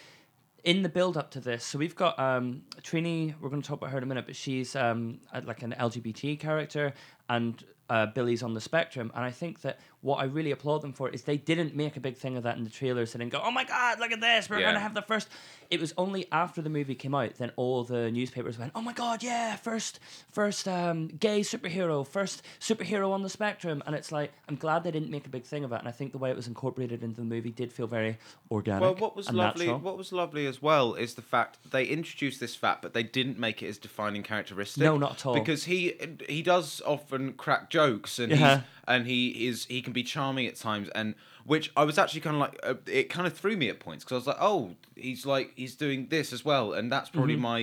in the build up to this. So we've got um, Trini. We're going to talk about her in a minute, but she's um, uh, like an LGBT character, and uh, Billy's on the spectrum. And I think that what I really applaud them for is they didn't make a big thing of that in the trailers. They didn't go, "Oh my god, look at this! We're Yeah. going to have the first It was only after the movie came out then all the newspapers went, "Oh my god, yeah, first first um, gay superhero, first superhero on the spectrum." And it's like, I'm glad they didn't make a big thing of it. And I think the way it was incorporated into the movie did feel very organic. Well, what was and lovely, natural. what was lovely as well, is the fact they introduced this fact, but they didn't make it as defining characteristic. No, not at all. Because he he does often crack jokes, and Yeah. he's, and he is he can be charming at times, and which I was actually kind of like uh, it kind of threw me at points because I was like, oh, he's like he's doing this as well, and that's Mm-hmm. probably my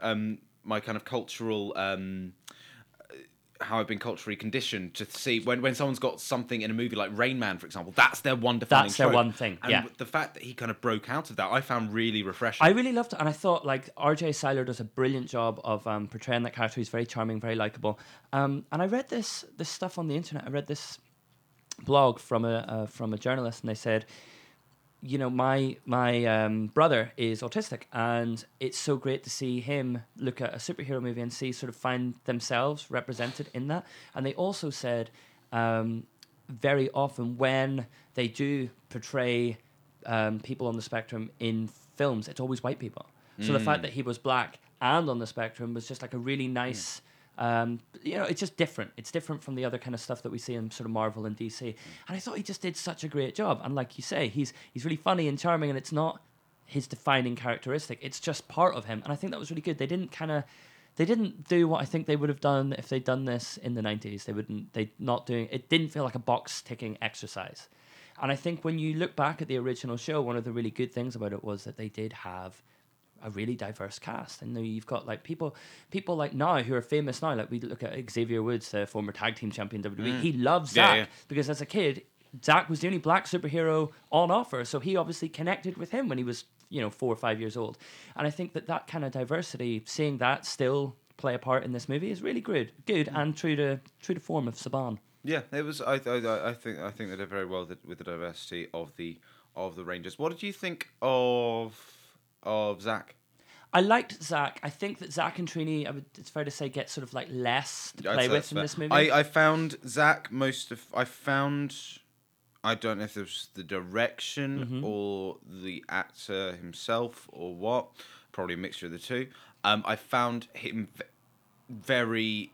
um my kind of cultural um how I've been culturally conditioned to see when, when someone's got something in a movie like Rain Man, for example, that's their one defining. That's their trope. one thing, And yeah. w- the fact that he kind of broke out of that, I found really refreshing. I really loved it, and I thought like R.J. Seiler does a brilliant job of um, portraying that character. He's very charming, very likable. Um, and I read this this stuff on the internet. I read this blog from a uh, from a journalist, and they said, you know, my my um, brother is autistic, and it's so great to see him look at a superhero movie and see sort of find themselves represented in that. And they also said, um, very often when they do portray um, people on the spectrum in films, it's always white people. So the fact that he was black and on the spectrum was just like a really nice. Um, you know, it's just different. It's different from the other kind of stuff that we see in sort of Marvel and DC. And I thought he just did such a great job. And like you say, he's he's really funny and charming, and it's not his defining characteristic. It's just part of him. And I think that was really good. They didn't kind of they didn't do what I think they would have done if they'd done this in the nineties. They wouldn't. They not doing it didn't feel like a box ticking exercise. And I think when you look back at the original show, one of the really good things about it was that they did have a really diverse cast. And now you've got like people, people like now who are famous now. Like we look at Xavier Woods, the former tag team champion WWE. He loves Mm. Yeah, Zack yeah. because as a kid, Zack was the only black superhero on offer. So he obviously connected with him when he was you know four or five years old. And I think that that kind of diversity, seeing that still play a part in this movie, is really good, good and true to true to form of Saban. yeah, it was. I, I, I think I think they did very well with the diversity of the of the Rangers. What did you think of of Zach? I liked Zach. I think that Zach and Trini, I would, it's fair to say, get sort of like less to I'd play say with that's in fair. this movie. I, I found Zach most of. I found. I don't know if it was the direction Mm-hmm. or the actor himself or what. Probably a mixture of the two. Um, I found him v- very.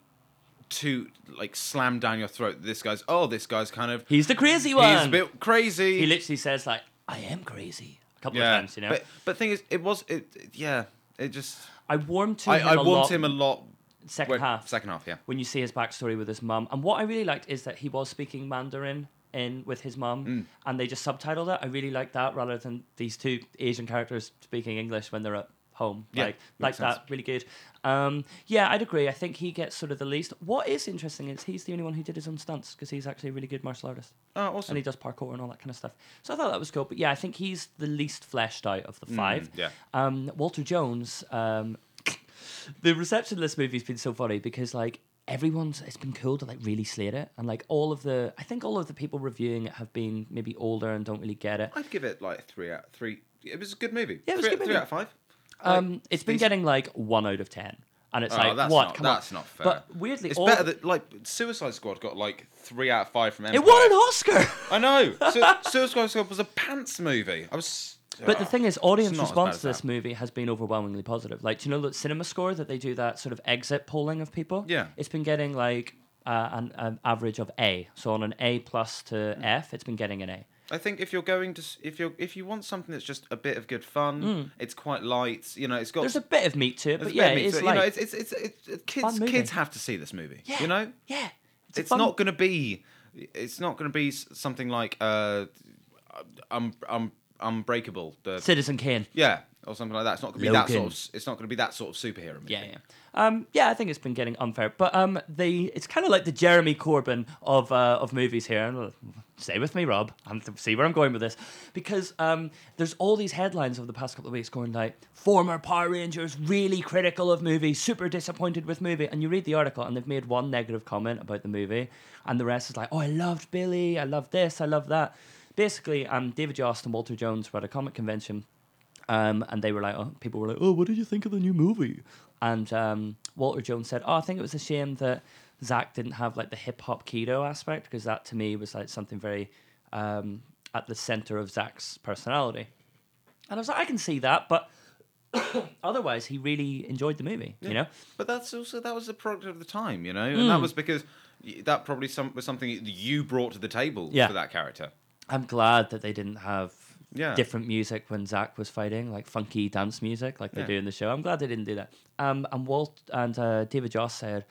Too like slam down your throat. This guy's oh, this guy's kind of He's the crazy one. he's a bit crazy. he literally says like, "I am crazy" a couple yeah, of times. You know, but but thing is, it was it. it- yeah, it just I warmed to I, him I a want lot him a lot. second when- half. Second half, yeah. when you see his backstory with his mum. And what I really liked is that he was speaking Mandarin in with his mum, Mm. and they just subtitled it. I really liked that rather than these two Asian characters speaking English when they're at home. Yeah, like like makes that, really good. Um, yeah, I'd agree. I think he gets sort of the least. What is interesting is he's the only one who did his own stunts because he's actually a really good martial artist Oh, awesome. and he does parkour and all that kind of stuff. So I thought that was cool. But yeah, I think he's the least fleshed out of the Mm. five. Hmm, yeah. Um, Walter Jones. Um, the reception of this movie's been so funny because like everyone's it's been cool to like really slate it and like all of the I think all of the people reviewing it have been maybe older and don't really get it. I'd give it like three out three. It was a good movie. Yeah, it was a three, good three movie. out of five. Um, it's been these- getting like one out of ten, and it's Oh, like that's what? Not, Come on. that's not fair. But weirdly, it's all- better that like Suicide Squad got like three out of five from. it Empire. won an Oscar. I know. Su- Suicide Squad was a pants movie. I was. ah. But the thing is, audience It's not as bad response as to this that. movie has been overwhelmingly positive. Like, do you know that cinema score that they do that sort of exit polling of people? Yeah. It's been getting like uh, an, an average of A. So on an A plus to F, it's been getting an A. I think if you're going to s- if you are if you want something that's just a bit of good fun, it's quite light. You know, it's got. Hmm. There's a bit of meat to it, there's but a bit yeah, of meat it's to it, like. you know, it's it's it's, it's, it's fun kids movie. kids have to see this movie. yeah, You know, Yeah. It's, a it's fun- not going to be it's not going to be s- something like uh um um unbreakable the Citizen Kane. yeah or something like that it's not going to be that sort Logan. of s- it's not going to be that sort of superhero movie Yeah, yeah. Um, yeah, I think it's been getting unfair, but um, the it's kind of like the Jeremy Corbyn of uh, of movies here. And stay with me, Rob, and th- see where I'm going with this, because um, there's all these headlines over the past couple of weeks going like former Power Rangers really critical of movie, super disappointed with movie, and you read the article and they've made one negative comment about the movie, and the rest is like, oh, I loved Billy, I love this, I love that. Basically, um, David Jost and Walter Jones were at a comic convention um, and they were like, oh, people were like, oh, what did you think of the new movie? And um, Walter Jones said, oh, I think it was a shame that Zach didn't have like the hip hop keto aspect because that to me was like something very um, at the center of Zach's personality. And I was like, I can see that, but otherwise, he really enjoyed the movie, you know? Hmm. but that's also that was the product of the time you know and that was because y- that probably some was something that you brought to the table Yeah. for that character I'm glad that they didn't have Yeah. different music when Zach was fighting, like funky dance music, like they Yeah. do in the show. I'm glad they didn't do that. Um, and Walt and uh, David Joss said,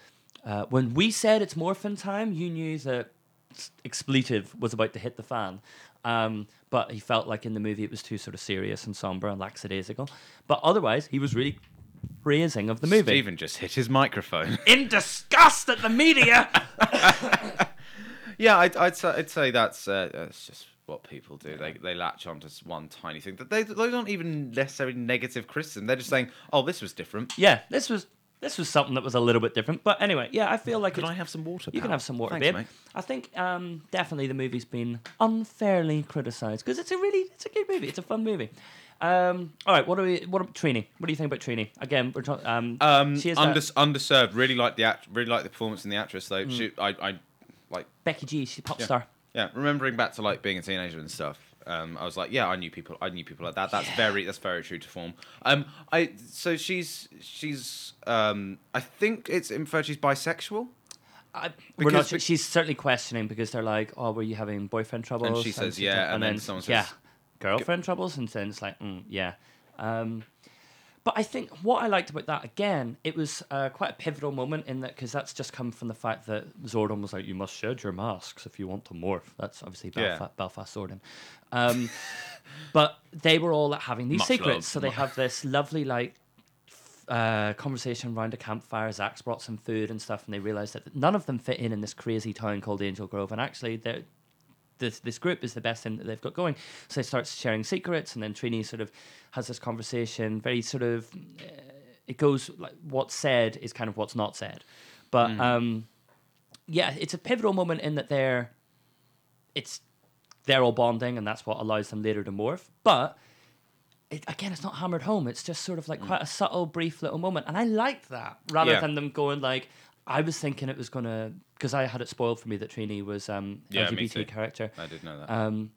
uh, when we said it's morphin time, you knew that s- expletive was about to hit the fan. Um, but he felt like in the movie it was too sort of serious and somber and lackadaisical. But otherwise, he was really praising of the movie. Steven just hit his microphone In disgust at the media. yeah I'd, I'd say I'd say that's uh, that's just what people do they they latch onto s- one tiny thing that they those aren't even necessarily negative criticism they're just saying oh this was different yeah, this was this was something that was a little bit different. But anyway, yeah, I feel like could it's- I have some water You can pal? have some water, Thanks, babe. mate. I think um, definitely the movie's been unfairly criticised because it's a really it's a good movie. It's a fun movie. Um, all right, what are we? What are, Trini? What do you think about Trini? Again, we're talking. Um, Um, she is under, that, underserved. Really like the act. Really like the performance and the actress though. She, I, I, like, Becky G. She's a pop yeah. star. Yeah, remembering back to like being a teenager and stuff. Um, I was like, yeah, I knew people. I knew people like that. That's very, that's very true to form. Um, I so she's she's um, I think it's inferred she's bisexual. I, we're not. Because sure- the- she's certainly questioning because they're like, "Oh, were you having boyfriend troubles?" she says, she's "Yeah," like- and then someone "Yeah, says- girlfriend troubles," and then it's like, mm, "Yeah." Um, but I think what I liked about that again, it was uh, quite a pivotal moment in that because that's just come from the fact that Zordon was like, "You must shed your masks if you want to morph." That's obviously Yeah. Belfast, Belfast Zordon. Um, but they were all like, having these Much secrets, love. so they have this lovely like uh, conversation around a campfire. Zach's brought some food and stuff, and they realised that none of them fit in in this crazy town called Angel Grove. And actually, they're- this this group is the best thing that they've got going. So they start sharing secrets, and then Trini sort of has this conversation. Very sort of, uh, it goes like what's said is kind of what's not said, but Mm. um, yeah, it's a pivotal moment in that they're, it's, they're all bonding, and that's what allows them later to morph. But it, again, it's not hammered home. It's just sort of like quite a subtle, brief little moment, and I liked that rather Mm. Yeah. than them going like. I was thinking it was gonna because I had it spoiled for me that Trini was um, Yeah, me too. LGBT character. I did know that. Um,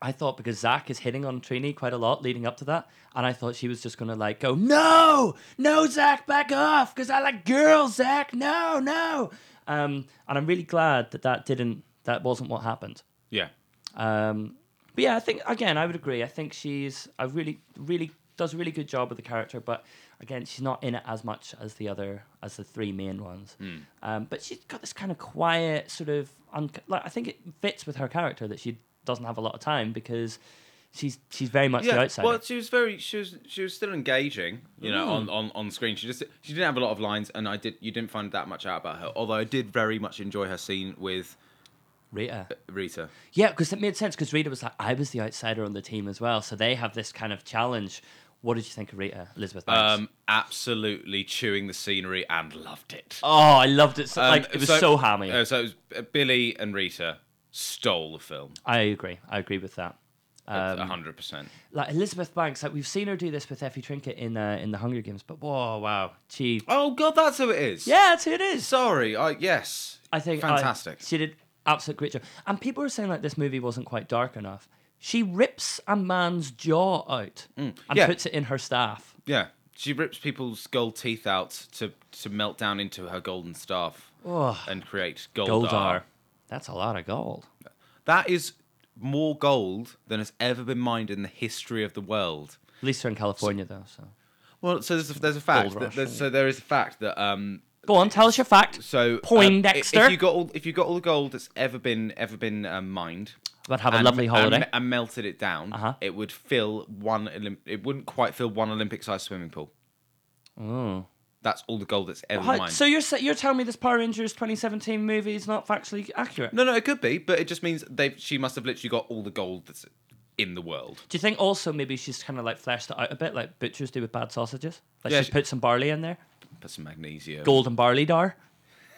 I thought because Zach is hitting on Trini quite a lot leading up to that, and I thought she was just gonna like go, no, no, Zach, back off, because I like girls, Zach, no, no. Um, and I'm really glad that that didn't, that wasn't what happened. yeah. Um, but yeah, I think again, I would agree. I think she's I really, really does a really good job with the character, but again, she's not in it as much as the other as the three main ones. Hmm. Um, but she's got this kind of quiet sort of un- like I think it fits with her character that she doesn't have a lot of time because she's she's very much the outsider. well, she was very she was she was still engaging, you know, Mm. on, on, on screen. She just she didn't have a lot of lines, and I did you didn't find that much out about her. Although I did very much enjoy her scene with Rita. Rita. Yeah, because it made sense because Rita was like I was the outsider on the team as well, so they have this kind of challenge. What did you think of Rita, Elizabeth? Banks? Um, absolutely chewing the scenery and loved it. oh, I loved it. So, Um, like it was so, hammy. uh, so it was, uh, Billy and Rita stole the film, I agree. I agree with that. a Um, hundred percent. Like Elizabeth Banks, like we've seen her do this with Effie Trinket in uh, in the Hunger Games, but whoa, wow, she. Oh God, that's who it is. Yeah, that's who it is. Sorry. I yes. I think I- fantastic. she did absolute great job. And people were saying like this movie wasn't quite dark enough. She rips a man's jaw out and Mm, yeah. puts it in her staff. yeah. She rips people's gold teeth out to to melt down into her golden staff Oh, and create gold, gold art. are. That's a lot of gold. That is more gold than has ever been mined in the history of the world. At least they're in California though. So Well, so there's a, there's a fact. Gold rush, that- there's- so there is a fact that um, go on, tell us your fact. so um, Poindexter. i- if you got all if you got all the gold that's ever been ever been uh, mined, but have a and- lovely holiday. and, and melted it down, Uh-huh. it would fill one. Olymp- it wouldn't quite fill one Olympic-sized swimming pool. Oh. That's all the gold that's ever Hi- mined. So you're sa- you're telling me this Power Rangers 2017 movie is not factually accurate? no, no, it could be, but it just means they. have She must have literally got all the gold that's in the world. Do you think also maybe she's kind of like fleshed it out a bit, like butchers do with bad sausages? Like Yeah, she, she- put some barley in there, Put some magnesium. golden barley dar.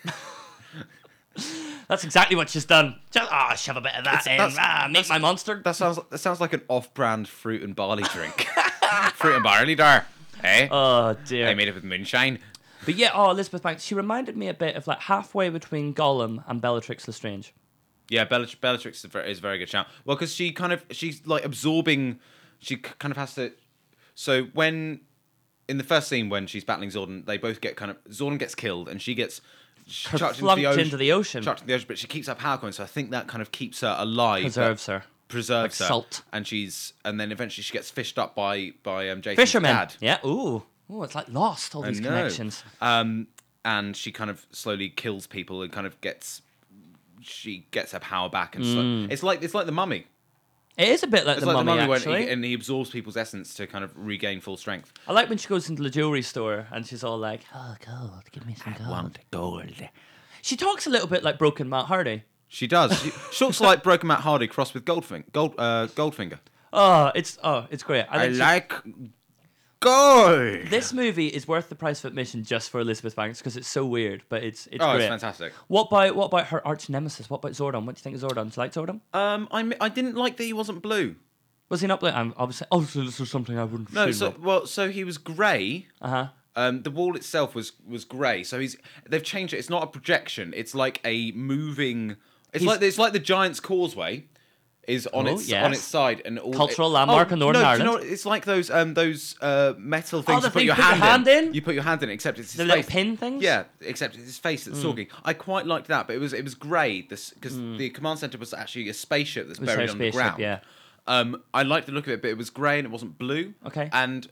that's exactly what she's done. Just ah, shove a bit of that in. that's- Ah, make my monster. That sounds that sounds like an off-brand fruit and barley drink. fruit and barley dar, eh? Oh dear. they made it with moonshine. But yeah, oh Elizabeth Banks, she reminded me a bit of like halfway between Gollum and Bellatrix Lestrange. Yeah, Bellat- Bellatrix is a very, is a very good shout. Well, because she kind of she's like absorbing. She k- kind of has to. So when in the first scene when she's battling Zordon, they both get kind of Zordon gets killed and she gets chucked into Flunked the, ocean, into the ocean, chucked into the ocean, but she keeps her power going. So I think that kind of keeps her alive, but preserves her. preserves like her, salt. and she's and then eventually she gets fished up by by um, Jason's Fisherman. dad. Yeah. Ooh. Ooh, it's like lost all I these know. connections. Um, and she kind of slowly kills people and kind of gets she gets her power back and slo- it's like it's like the mummy. It is a bit like, It's Mm. the, like mummy, the mummy actually. when he, and he absorbs people's essence to kind of regain full strength. I like when she goes into the jewelry store and she's all like, "Oh, gold, give me some gold." gold. She talks a little bit like broken Matt Hardy. She does. She, she looks like Broken Matt Hardy crossed with Goldfinger. Gold, uh, Goldfinger. Oh, it's oh, it's great. I, I think she- like gold. this movie is worth the price of admission just for Elizabeth Banks because it's so weird, but it's it's Oh, great. it's fantastic. What about what about her arch nemesis? What about Zordon? What do you think of Zordon? Do you like Zordon? Um, I mi- I didn't like that he wasn't blue. Was he not blue? I'm obviously. Oh, so this was something I wouldn't. Have No, seen, so Rob. well, so he was grey. Uh-huh. Um, the wall itself was was grey, so he's they've changed it. It's not a projection; it's like a moving. He's- It's like it's like the Giant's Causeway is on Oh, its yes. on its side and all Oh, Cultural landmark in Northern no, Do Ireland. Oh, you know what? It's like those um those uh metal things the you put thing your, you put your hand, hand in. in? You put your hand in, except it's his The face. little Hmm. pin things. Yeah, except it's his face that's talking. I quite liked that, but it was it was grey. This because the command center was actually a spaceship that's was her buried on the Hmm. spaceship, ground. yeah. Um, I liked the look of it, but it was grey and it wasn't blue. Okay. And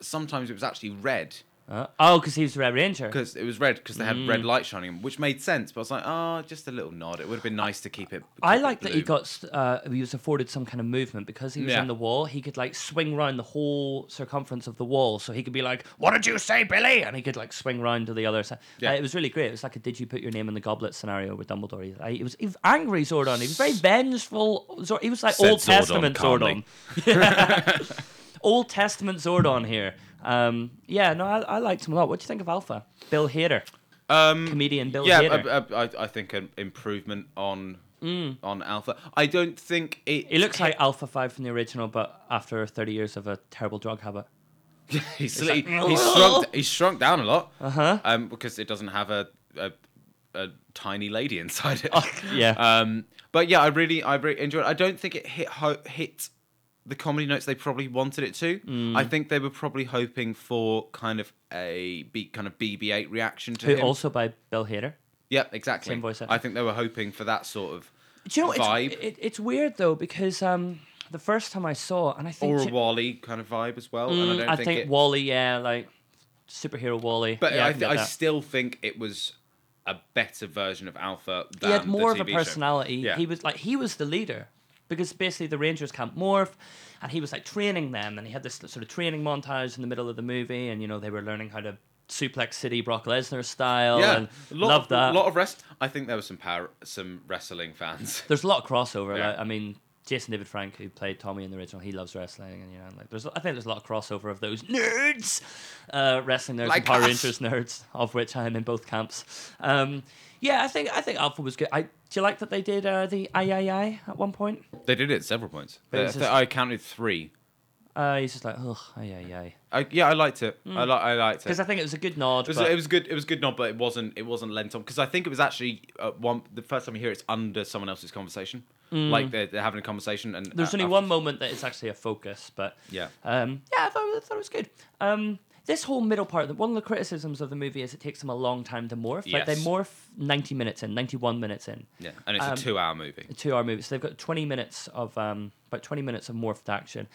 sometimes it was actually red Uh, oh, because he was the Red Ranger. because it was red because they had Mm. red light shining, on, which made sense. But I was like, oh, just a little nod. It would have been nice to keep it. I keep it like that he blue. got s- uh, he was afforded some kind of movement because he was Yeah. on the wall. He could like swing round the whole circumference of the wall, so he could be like, "What did you say, Billy?" And he could like swing round to the other side. Yeah. Like, it was really great. It was like a "Did you put your name in the goblet?" scenario with Dumbledore. Like, he was, he was angry Zordon. He was very vengeful. Zor- he was like Said Old Zordon Testament Zordon. calmly. Old Testament Zordon here. Um, yeah, no, I, I liked him a lot. What do you think of Alpha? Bill Hader, um, comedian Bill yeah, uh, Hader. I, I, I think an improvement on on Alpha. I don't think it. Mm. It looks like Alpha 5 from the original, but after 30 years of a terrible drug habit. he's, he- he's shrunk. He's shrunk down a lot. Uh Uh-huh. Um, because it doesn't have a a, a tiny lady inside it. yeah. Um, but yeah, I really I really enjoyed. It. I don't think it hit ho- hit the comedy notes they probably wanted it to. Mm. I think they were probably hoping for kind of a B, kind of BB8 reaction to Who him. also by Bill Hader. yep, exactly. Same voice actor. I think they were hoping for that sort of Do you know, vibe it's, it, it's weird though, because um, the first time I saw it, and I think. or a j- Wally kind of vibe as well. Mm, and I don't I think, think it, Wally, yeah, like superhero Wally. but yeah, I, can th- get I that. still think it was a better version of Alpha. Than he had more the of a TV show. personality. Yeah. He was like he was the leader because basically the Rangers can't morph, and he was like training them, and he had this sort of training montage in the middle of the movie, and you know they were learning how to suplex City Brock Lesnar style, Yeah, and a lot, love that. A lot of rest. I think there were some power, some wrestling fans. There's a lot of crossover. Yeah. Like, I mean. Jason David Frank, who played Tommy in the original, he loves wrestling, and you know, like, there's, I think there's a lot of crossover of those nerds, uh, wrestling nerds Like and Power us. Rangers nerds, of which I am in both camps. Um, yeah, I think I think Alpha was good. I, do you like that they did uh, the I I I at one point? They did it at several points. But I- it's I- just- I counted three. Uh, he's just like, ugh, ay, ay, ay. I, yeah, I liked it. I, li- I liked it. Because I think it was a good nod. It was, Mm. but it was good. It was good. Not, but it wasn't. It wasn't lent on because I think it was actually uh, one. The first time you hear it's under someone else's conversation, like they're, they're having a conversation, and Mm. there's uh, only after- one moment that it's actually a focus, but Yeah. um, yeah, I thought, I thought it was good. Um, this whole middle part, the- one of the criticisms of the movie is it takes them a long time to morph. Like they Yes. morph 90 minutes in, 91 minutes in, Yeah, and it's Um, a two-hour movie. a two-hour movie. So they've got 20 minutes of um, about 20 minutes of morphed action.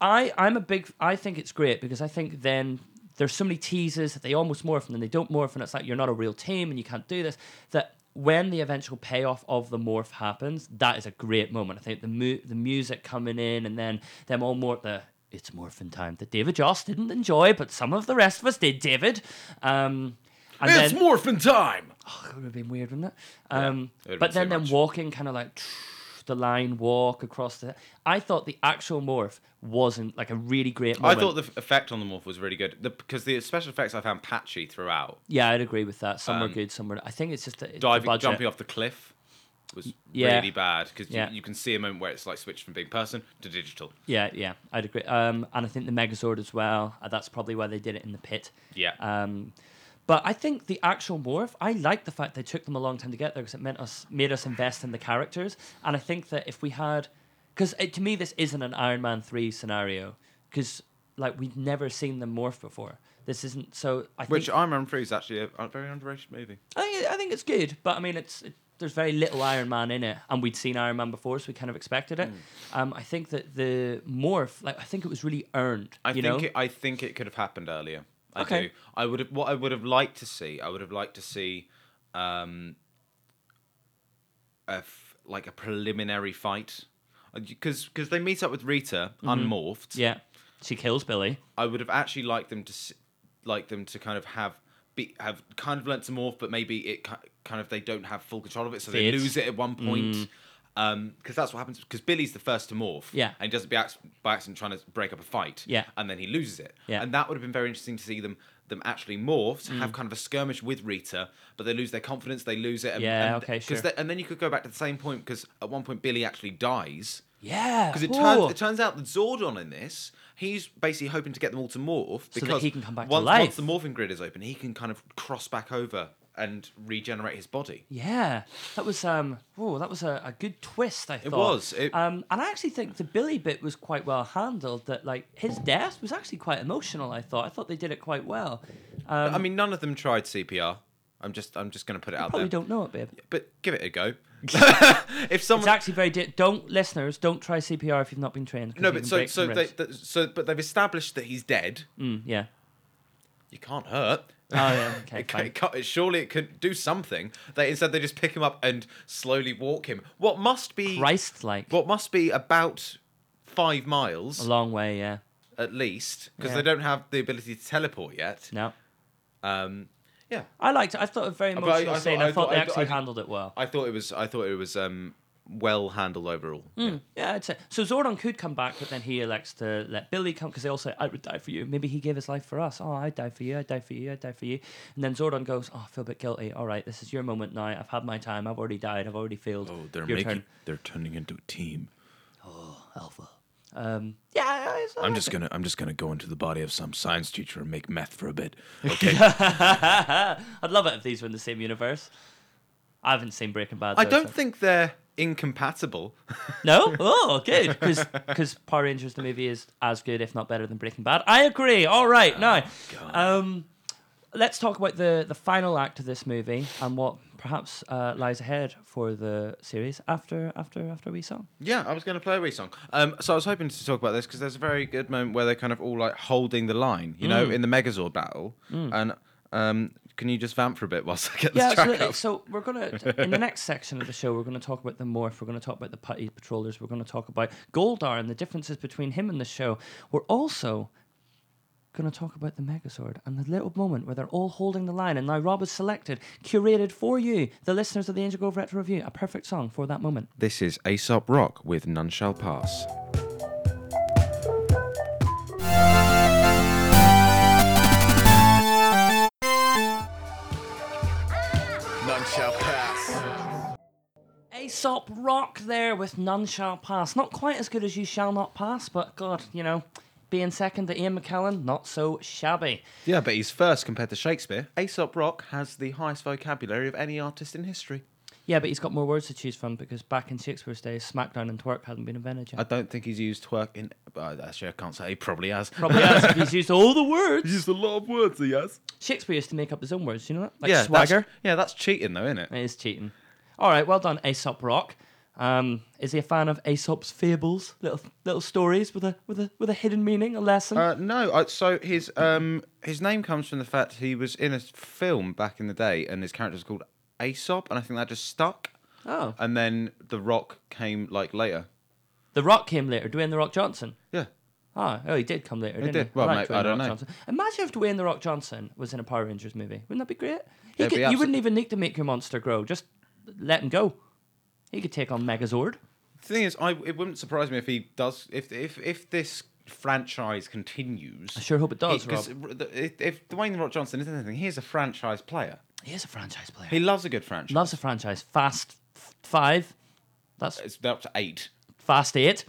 I I'm a big. I think it's great because I think then there's so many teases that they almost morph and then they don't morph and it's like you're not a real team and you can't do this. That when the eventual payoff of the morph happens, that is a great moment. I think the mu- the music coming in and then them all morph the. It's morphin' time that David Joss didn't enjoy, but some of the rest of us did. David, um, and It's then morphin' time. it would have been weird, wouldn't it? Um, it would've but been then too them much. walking, kind of like the line walk across the. I thought the actual morph wasn't like a really great. I Moment. thought the f- effect on the morph was really good the, because the special effects I found patchy throughout. Yeah, I'd agree with that. Some were good, some were. I think it's just the, the Um, diving, budget. jumping off the cliff was yeah. really bad because Yeah. you, you can see a moment where it's like switched from being person to digital. Yeah, yeah, I'd agree. Um, and I think the Megazord as well. Uh, that's probably why they did it in the pit. Yeah. Um, but I think the actual morph, I like the fact they took them a long time to get there because it meant us made us invest in the characters. And I think that if we had, because to me this isn't an Iron Man three scenario because like we've never seen them morph before. This isn't so. I Which think, Iron Man 3 is actually a, a very underrated movie. I think, I think it's good, but I mean, it's it, there's very little Iron Man in it, and we'd seen Iron Man before, so we kind of expected it. Hmm. Um, I think that the morph, like I think it was really earned. I you think know? it, I think it could have happened earlier. I Okay. do. I would have what I would have liked to see. I would have liked to see um a f- like a preliminary fight because because they meet up with Rita Mm-hmm. unmorphed. yeah, she kills Billy. I would have actually liked them to s- like them to kind of have be have kind of learnt to morph, but maybe it ki- kind of they don't have full control of it, so they Fades. lose it at Mm. one point. Um, because that's what happens. Because Billy's the first to morph, Yeah. and he does it by acc- by accident trying to break up a fight, Yeah. and then he loses it, Yeah. Mm. and that would have been very interesting to see them them actually morph, have kind of a skirmish with Rita, but they lose their confidence, they lose it, and, Yeah, and, okay, 'cause sure. they- and then you could go back to the same point because at one point Billy actually dies, Yeah, because it ooh. turns, it turns out that Zordon in this, he's basically hoping to get them all to morph that because he can come back to once, life. once the morphing grid is open, he can kind of cross back over and regenerate his body. Yeah, that was um, oh, that was a, a good twist. I thought was, it- Um, and I actually think the Billy bit was quite well handled. That like his death was actually quite emotional. I thought. I thought they did it quite well. Um, I mean, none of them tried CPR. I'm just I'm just going to put it out probably there. don't know it, babe. But give it a go. if someone It's actually very. Di- don't listeners, don't try CPR if you've not been trained. 'cause no, you but can so break so some they, ribs. th- so but they've established that he's dead. Mm, yeah. You can't hurt. Oh yeah. Okay. It, ca- fine. it ca- surely it could do something. They instead they just pick him up and slowly walk him. What must be Christ-like. what must be about five miles A long way. Yeah. at least because Yeah. they don't have the ability to teleport yet. No. Um, yeah, I liked it. I thought it was a very But I- emotional I thought- scene. I I thought thought- they I thought- actually I- handled it well. I thought it was. I thought it was um, well handled overall. Yeah. Hmm. Yeah, I'd say. So Zordon could come back, but then he elects to let Billy come because they all say, I would die for you. Maybe he gave his life for us. Oh, I'd die for you. I'd die for you. I'd die for you. And then Zordon goes, Oh, I feel a bit guilty. All right, this is your moment now. I've had my time. I've already died. I've already failed. Oh, they're your making turn." they're turning into a team. Alpha. Um, yeah, it's- I'm just gonna I'm just gonna go into the body of some science teacher and make meth for a bit. Okay. I'd love it if these were in the same universe. I haven't seen Breaking Bad. I though, don't so- think they're incompatible. No? Oh, good. Because Power Rangers, the movie, is as good, if not better, than Breaking Bad. I agree. All right, now. Um, let's talk about the, the final act of this movie and what perhaps uh, lies ahead for the series after after after we saw. Yeah, I was going to play a wee song. Um, so I was hoping to talk about this because there's a very good moment where they're kind of all like holding the line, you Mm. know, in the Megazord battle. And um, can you just vamp for a bit whilst I get this Yeah, track absolutely. up? So we're gonna in the next section of the show, we're gonna talk about the morph. We're gonna talk about the putty patrollers. We're gonna talk about Goldar and the differences between him and the show. We're also gonna talk about the Megazord and the little moment where they're all holding the line. And now Rob has selected, curated for you, the listeners of the Angel Grove Retro Review, a perfect song for that moment. This is Aesop Rock with None Shall Pass. None shall pass. Aesop Rock there with None Shall Pass. Not quite as good as You Shall Not Pass, but God, you know, being second to Ian McKellen, not so shabby. Yeah, but he's first compared to Shakespeare. Aesop Rock has the highest vocabulary of any artist in history. Yeah, but he's got more words to choose from because back in Shakespeare's days, SmackDown and twerk hadn't been invented I yet. don't think he's used twerk in. Uh, actually, I can't say. He probably has. Probably has. if He's used all the words. used a lot of words, he has. Shakespeare used to make up his own words. You know that? Like yeah, swagger. That's, yeah, that's cheating, though, isn't it? It is cheating. All right, well done, Aesop Rock. Um, is he a fan of Aesop's fables, little little stories with a with a with a hidden meaning, a lesson? Uh, no, I, so his um his name comes from the fact he was in a film back in the day, and his character was called Aesop, and I think that just stuck. oh, And then The Rock came like later. The Rock came later. Dwayne The Rock Johnson. Yeah, Oh, oh, he did come later, didn't he? did. Well, like mate, Dwayne I The Rock don't know. Johnson. Imagine if Dwayne the Rock Johnson was in a Power Rangers movie. Wouldn't that be great? He It'd could, be you abso- wouldn't even need to make your monster grow. Just let him go. He could take on Megazord. the thing is, I it wouldn't surprise me if he does if if if this franchise continues. I sure hope it does, Because Rob. if, if Dwayne The Rock Johnson is anything, he is a franchise player. He is a franchise player. He loves a good franchise. loves a franchise. Fast f- Five. That's it's up to eight. Fast Eight.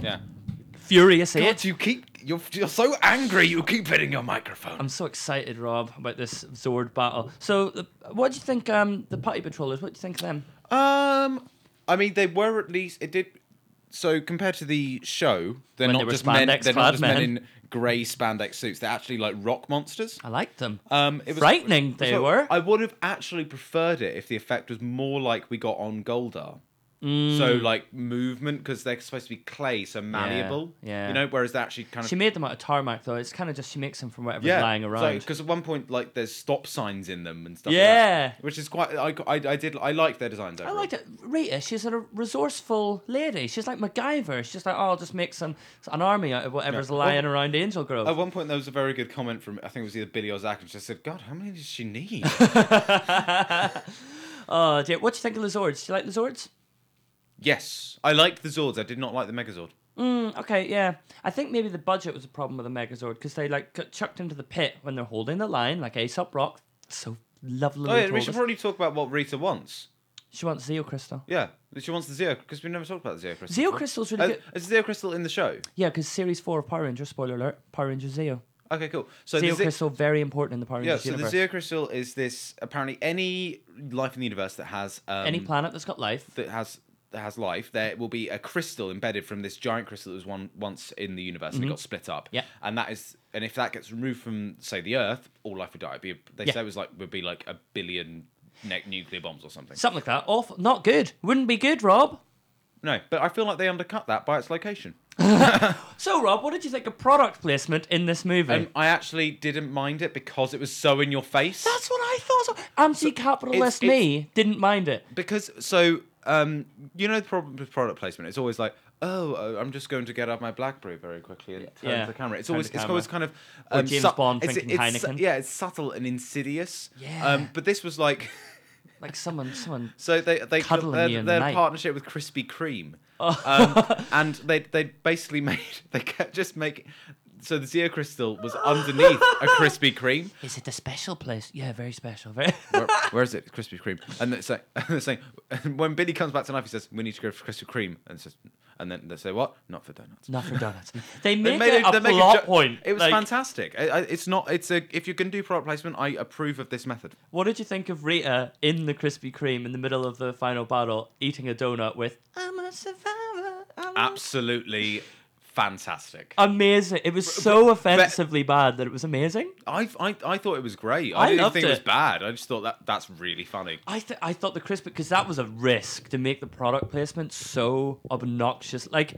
Yeah. Furious Eight. God, you keep you're, you're so angry. You keep hitting your microphone. I'm so excited, Rob, about this Zord battle. So, the, what do you think? Um, the Putty Patrollers. What do you think of them? Um, I mean, they were at least it did. So compared to the show, they're When they not were just men. spandex They're not clad just men, men. in grey spandex suits. They're actually like rock monsters. I liked them. Um, it was Frightening they so were. I would have actually preferred it if the effect was more like we got on Goldar. So like movement because they're supposed to be clay, so malleable. Mm. yeah. You know, whereas they're actually kind of she made them out of tarmac, though. It's kind of just she makes them from whatever's lying around. because at one point, like, there's stop signs in them and stuff. like Yeah. that, which is quite. I, I, I did. I liked their designs. I Overall. liked it. Rita, she's a resourceful lady. She's like MacGyver. She's just like, oh, I'll just make some an army out of whatever's Yeah. lying Well, oh. around Angel Grove. At one point, there was a very good comment from I think it was either Billy or Zach, and she said, "God, how many does she need?" oh dear. What do you think of the Zords? Do you like the Zords? yes, I liked the Zords. I did not like the Megazord. Mm, okay, yeah. I think maybe the budget was a problem with the Megazord because they like got chucked into the pit when they're holding the line, like Aesop Rock. So lovely. Oh, yeah, we should she, probably talk about what Rita wants. she wants Zeo Crystal. Yeah, she wants the Zeo because we never talked about the Zeo Crystal. Zeo before. Crystal's really Uh, good. is Zeo Crystal in the show? Yeah, because series four of Power Rangers. Spoiler alert: Power Rangers Zeo. Okay, cool. So Zeo the Ze- Crystal very important in the Power yeah, Rangers so the universe. Zeo Crystal is this apparently any life in the universe that has um, Any planet that's got life. that has that has life, there will be a crystal embedded from this giant crystal that was one once in the universe and it got split up. Mm-hmm. Yeah. and that is, and if that gets removed from, say, the Earth, all life would die. It'd be, they Yeah. say it was like would be like a billion ne- nuclear bombs or something. Something like that. Awful. Not good. Wouldn't be good, Rob. no, but I feel like they undercut that by its location. So, Rob, what did you think of product placement in this movie? Um, I actually didn't mind it because it was so in your face. That's what I thought. so- Anti-capitalist So it's- me didn't mind it. because so um, you know the problem with product placement. It's always like. Oh, uh, I'm just going to get out my BlackBerry very quickly and turn Yeah. to the camera. It's Turn always to it's camera. always kind of um, Or James Bond it's- drinking it's su- Heineken. Yeah, it's subtle and insidious. Yeah. but this was like Like someone, someone. So they they Cuddling you their, in the their night. Oh. partnership with Krispy Kreme, um, and they they basically made they kept just making. So the Zeo Crystal was underneath a Krispy Kreme. Is it a special place? Yeah, very special. Very. Where, where is it? Krispy Kreme. And it's like, and it's like when Billy comes back to life, he says, "We need to go for Krispy Kreme," and says, and then they say, "What? Not for donuts." Not for donuts. They make They made it a- a they make a plot jo- point. It was like, fantastic. I, I, it's not. It's a. If you can do product placement, I approve of this method. What did you think of Rita in the Krispy Kreme in the middle of the final battle, eating a donut with "I'm a survivor"? I'm Ah. a-" Absolutely fantastic. Amazing! It was so offensively bad that it was amazing. I, I, I thought it was great. I I, didn't loved think it. was it. bad. I just thought that that's really funny. I th- I thought the Krispy because that was a risk to make the product placement so obnoxious. Like,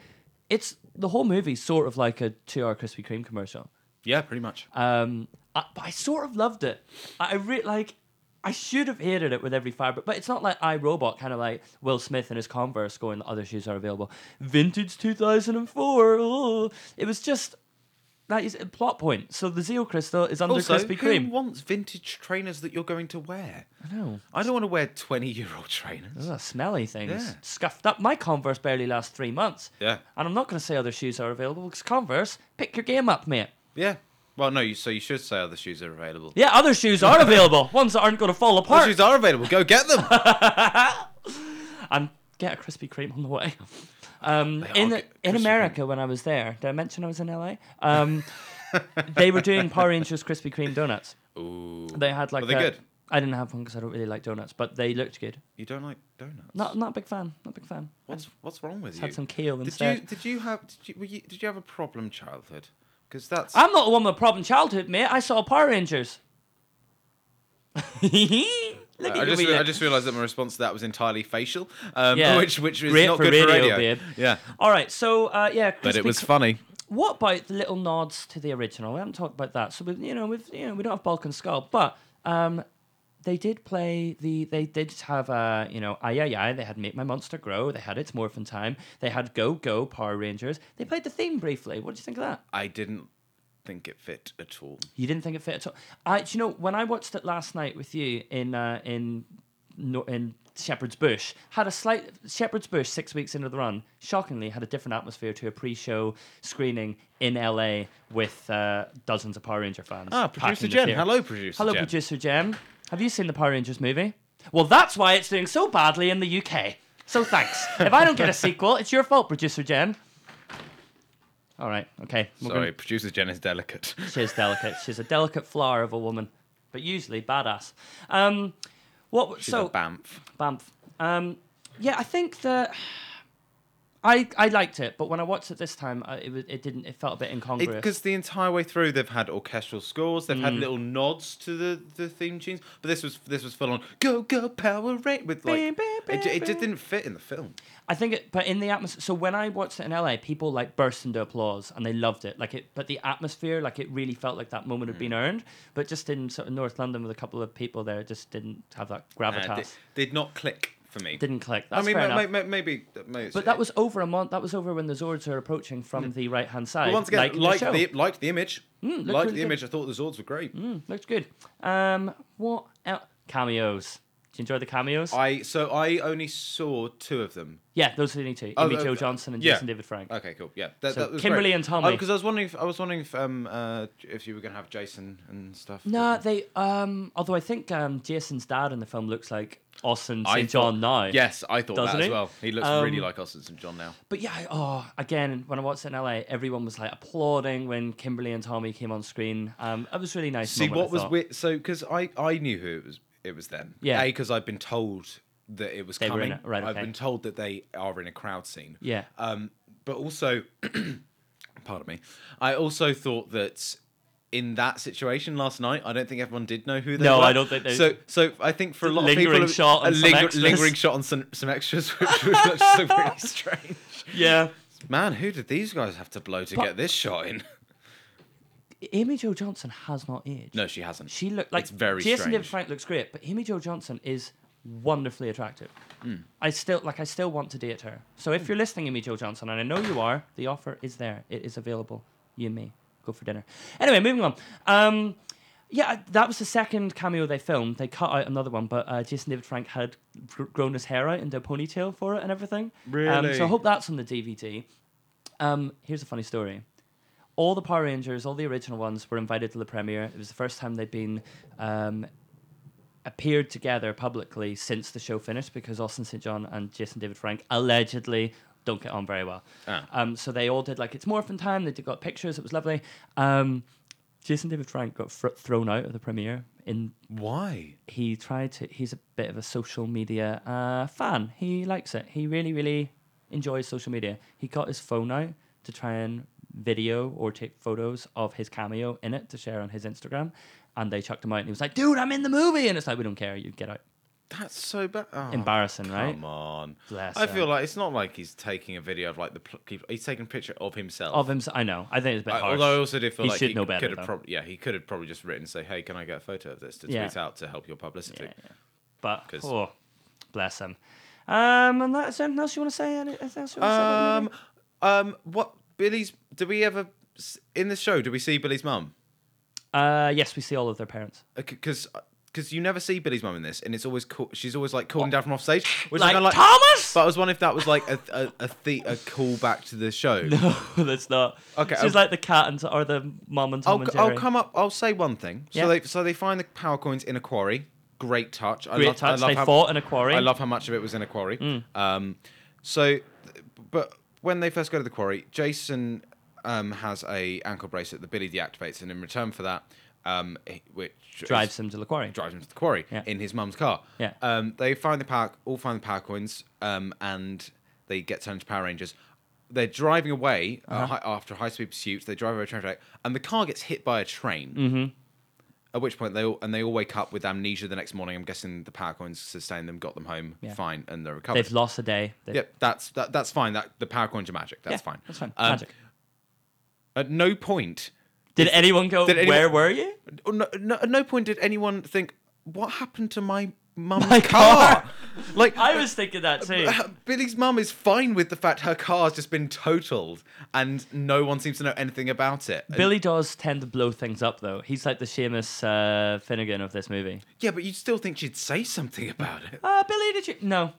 it's the whole movie sort of like a two-hour Krispy Kreme commercial. Yeah, pretty much. Um, I, but I sort of loved it. I I re- like. I should have hated it with every fiber, but it's not like iRobot, kind of like Will Smith and his Converse going, the other shoes are available. Vintage 2004. Oh. It was just, that is a plot point. So the Zeo Crystal is under Also, Krispy who Kreme. wants vintage trainers that you're going to wear? I know. I don't want to wear twenty-year-old trainers. Ugh, smelly things. Yeah. Scuffed up. My Converse barely last three months. Yeah. And I'm not going to say other shoes are available because Converse, pick your game up, mate. Yeah. Well, no. You, so you should say other shoes are available. Yeah, other shoes are available. Ones that aren't going to fall Other apart. shoes are available. Go get them. and get a Krispy Kreme on the way. Um, I'll in get in Krispy America, when I was there, did I mention I was in LA? Um, they were doing Power Rangers Krispy Kreme donuts. Ooh. They had like uh, Were they a- good? I didn't have one because I don't really like donuts, but they looked good. You don't like donuts. Not not a big fan. Not a big fan. What's what's wrong with you? Had some kale did instead. you did you have did you, were you did you have a problem childhood? Because that's I'm not the one with a problem childhood, mate. I saw Power Rangers. Look at Uh, I you, just, wee re- I lip. just realised that my response to that was entirely facial, um, Yeah. which which is Great not for good for radio, radio. babe. Yeah, All right, so uh, yeah, but it Krispy was Kreme- funny. What about the little nods to the original? We haven't talked about that. So we, you know, we've you know, we don't have Balkan Skull, but um, they did play the. They did have uh, you know, ay ay ay. They had Make My Monster Grow. They had It's Morphin Time. They had Go Go Power Rangers. They played the theme briefly. What do you think of that? I didn't think it fit at all. You didn't think it fit at all. I, do you know, when I watched it last night with you in uh, in no, in Shepherd's Bush, had a slight Shepherd's Bush six weeks into the run. Shockingly, had a different atmosphere to a pre-show screening in LA with uh, dozens of Power Ranger fans. Ah, packing producer the Jen. theatre. Hello, producer hello, Jen. producer Jen. Have you seen the Power Rangers movie? Well, that's why it's doing so badly in the UK. So thanks. if I don't get a sequel, it's your fault, producer Jen. All right. Okay. we're gonna- Sorry, producer Jen is delicate. She's delicate. She's a delicate flower of a woman, but usually badass. Um, what? She's so a bamf. Banff. Um, yeah, I think that I I liked it, but when I watched it this time, I, it was, it didn't. It felt a bit incongruous. Because the entire way through, they've had orchestral scores. They've Mm. had little nods to the, the theme tunes. But this was this was full on go go power rate with like Bing, bing, it, ju- bing, it just bing. didn't fit in the film. I think, it, but in the atmosphere. So when I watched it in LA, people like burst into applause and they loved it. Like it, but the atmosphere, like it really felt like that moment had Hmm. been earned. But just in sort of North London with a couple of people there, it just didn't have that gravitas. Uh, di- did not click for me. didn't click. I That's mean, fair ma- enough. ma- ma- maybe, maybe. it's- But that was over a month. That was over when the Zords are approaching from the right hand side. But Mm. once again, like like in liked the, the, show. Mm, liked the image. looked liked really the good. image. I thought the Zords were great. Mm, looks good. Um, what el- cameos? Did you enjoy the cameos? I so I only saw two of them. yeah, those are the only two. Oh, Amy uh, Jo Johnson and yeah. Uh, Jason David Frank. Okay, cool. Yeah, that, So that was Kimberly great. and Tommy. Because I was wondering, if, I was wondering if um uh if you were gonna have Jason and stuff. No, they. Um, although I think um, Jason's dad in the film looks like Austin I St. thought- John now. Yes, I thought Doesn't that he? as well. He looks really Um, like Austin St John now. But yeah, I- oh, again, when I watched it in LA, everyone was like applauding when Kimberly and Tommy came on screen. Um, it was really nice. See moment, what I was thought. weird? So because I I knew who it was. It was them. Yeah. A because I've been told that it was They were in coming. it, right, I've okay. been told that they are in a crowd scene. Yeah. Um, but also, pardon me. I also thought that in that situation last night, I don't think everyone did know who they No, were. I don't think they- So, so I think for a lot Lingering of people, shot on a some extras. lingering shot on some, some extras, which was just really strange. Yeah. Man, who did these guys have to blow to But- get this shot in? Amy Jo Johnson has not aged. No, she hasn't. She looked like It's very Jason David strange. Frank looks great, but Amy Jo Johnson is wonderfully attractive. Hmm. I still like. I still want to date her. So if you're listening, Amy Jo Johnson, and I know you are, the offer is there. It is available. You and me go for dinner. Anyway, moving on. Um, Yeah, I- that was the second cameo they filmed. They cut out another one, but uh, Jason David Frank had gr- grown his hair out and did a ponytail for it and everything. Um, so I Really? hope that's on the DVD. Um, here's a funny story. All the Power Rangers, all the original ones, were invited to the premiere. It was the first time they'd been um, appeared together publicly since the show finished because Austin St. John and Jason David Frank allegedly don't get on very well. Ah. Um, so they all did like it's morphin time. They did, got pictures. It was lovely. Um, Jason David Frank got fr- thrown out of the premiere. In Why? he tried to. He's a bit of a social media uh, fan. He likes it. He really really enjoys social media. He got his phone out to try and video or take photos of his cameo in it to share on his Instagram. And they chucked him out, and he was like, "Dude, I'm in the movie!" And it's like, "We don't care. You get out." That's so bad. Oh, Embarrassing, right? uh, Come on. Bless I her. feel like it's not like he's taking a video of like the. Pl- he- he's taking a picture of himself. Of him, I know. I think it's a bit I, harsh. although I also did feel He like should he know better, could though. have probably yeah he could have probably just written say hey can I get a photo of this to tweet Yeah. out to help your publicity. Yeah, yeah. But 'Cause- oh, bless him. Um, and that's anything else you want to say? Anything else you want to say? about the Um, movie? um, what Billy's? Do we ever s- in the show? Do we see Billy's mum? Um, Uh, Uh, yes, we see all of their parents. Because because you never see Billy's mum in this, and it's always cool. She's always like calling down from off stage, which Like, I kinda like. Thomas? But I was wondering if that was like a a a, the, a callback to the show. No, that's not. Okay, she's oh. like the cat and or the mum and Tom I'll, and Jerry. I'll come up. I'll say one thing. So Yeah. they so they find the power coins in a quarry. Great touch. I Great love, touch. I love They how, fought in Hmm. a quarry. I love how much of it was in a quarry. Um, so, but when they first go to the quarry, Jason um, has a ankle bracelet that Billy deactivates, and in return for that, um, he- which is- Drives him to the quarry. drives him to the quarry Yeah. in his mum's car. Yeah. Um, they find the power, all find the power coins, um, and they get turned into Power Rangers. They're driving away uh, Uh-huh. hi- after a high speed pursuit. They drive over a train track, and the car gets hit by a train. Mm-hmm. At which point they all and they all wake up with amnesia the next morning. I'm guessing the power coins sustained them, got them home Yeah. fine, and they're recovered. They've lost a day. They- Yep, that's that, that's fine. That the power coins are magic. That's yeah, fine. That's fine. Um, Magic. At no point Did anyone go? did anyone- Where were you? no, no, at no point did anyone think, "What happened to my mum's My car?" car. Like uh, I was thinking that too. Billy's mum is fine with the fact her car's just been totaled, and no one seems to know anything about it. And- Billy does tend to blow things up, though. He's like the Seamus uh, Finnegan of this movie. yeah, but you'd still think she'd say something about it. Uh, Billy, did you? No,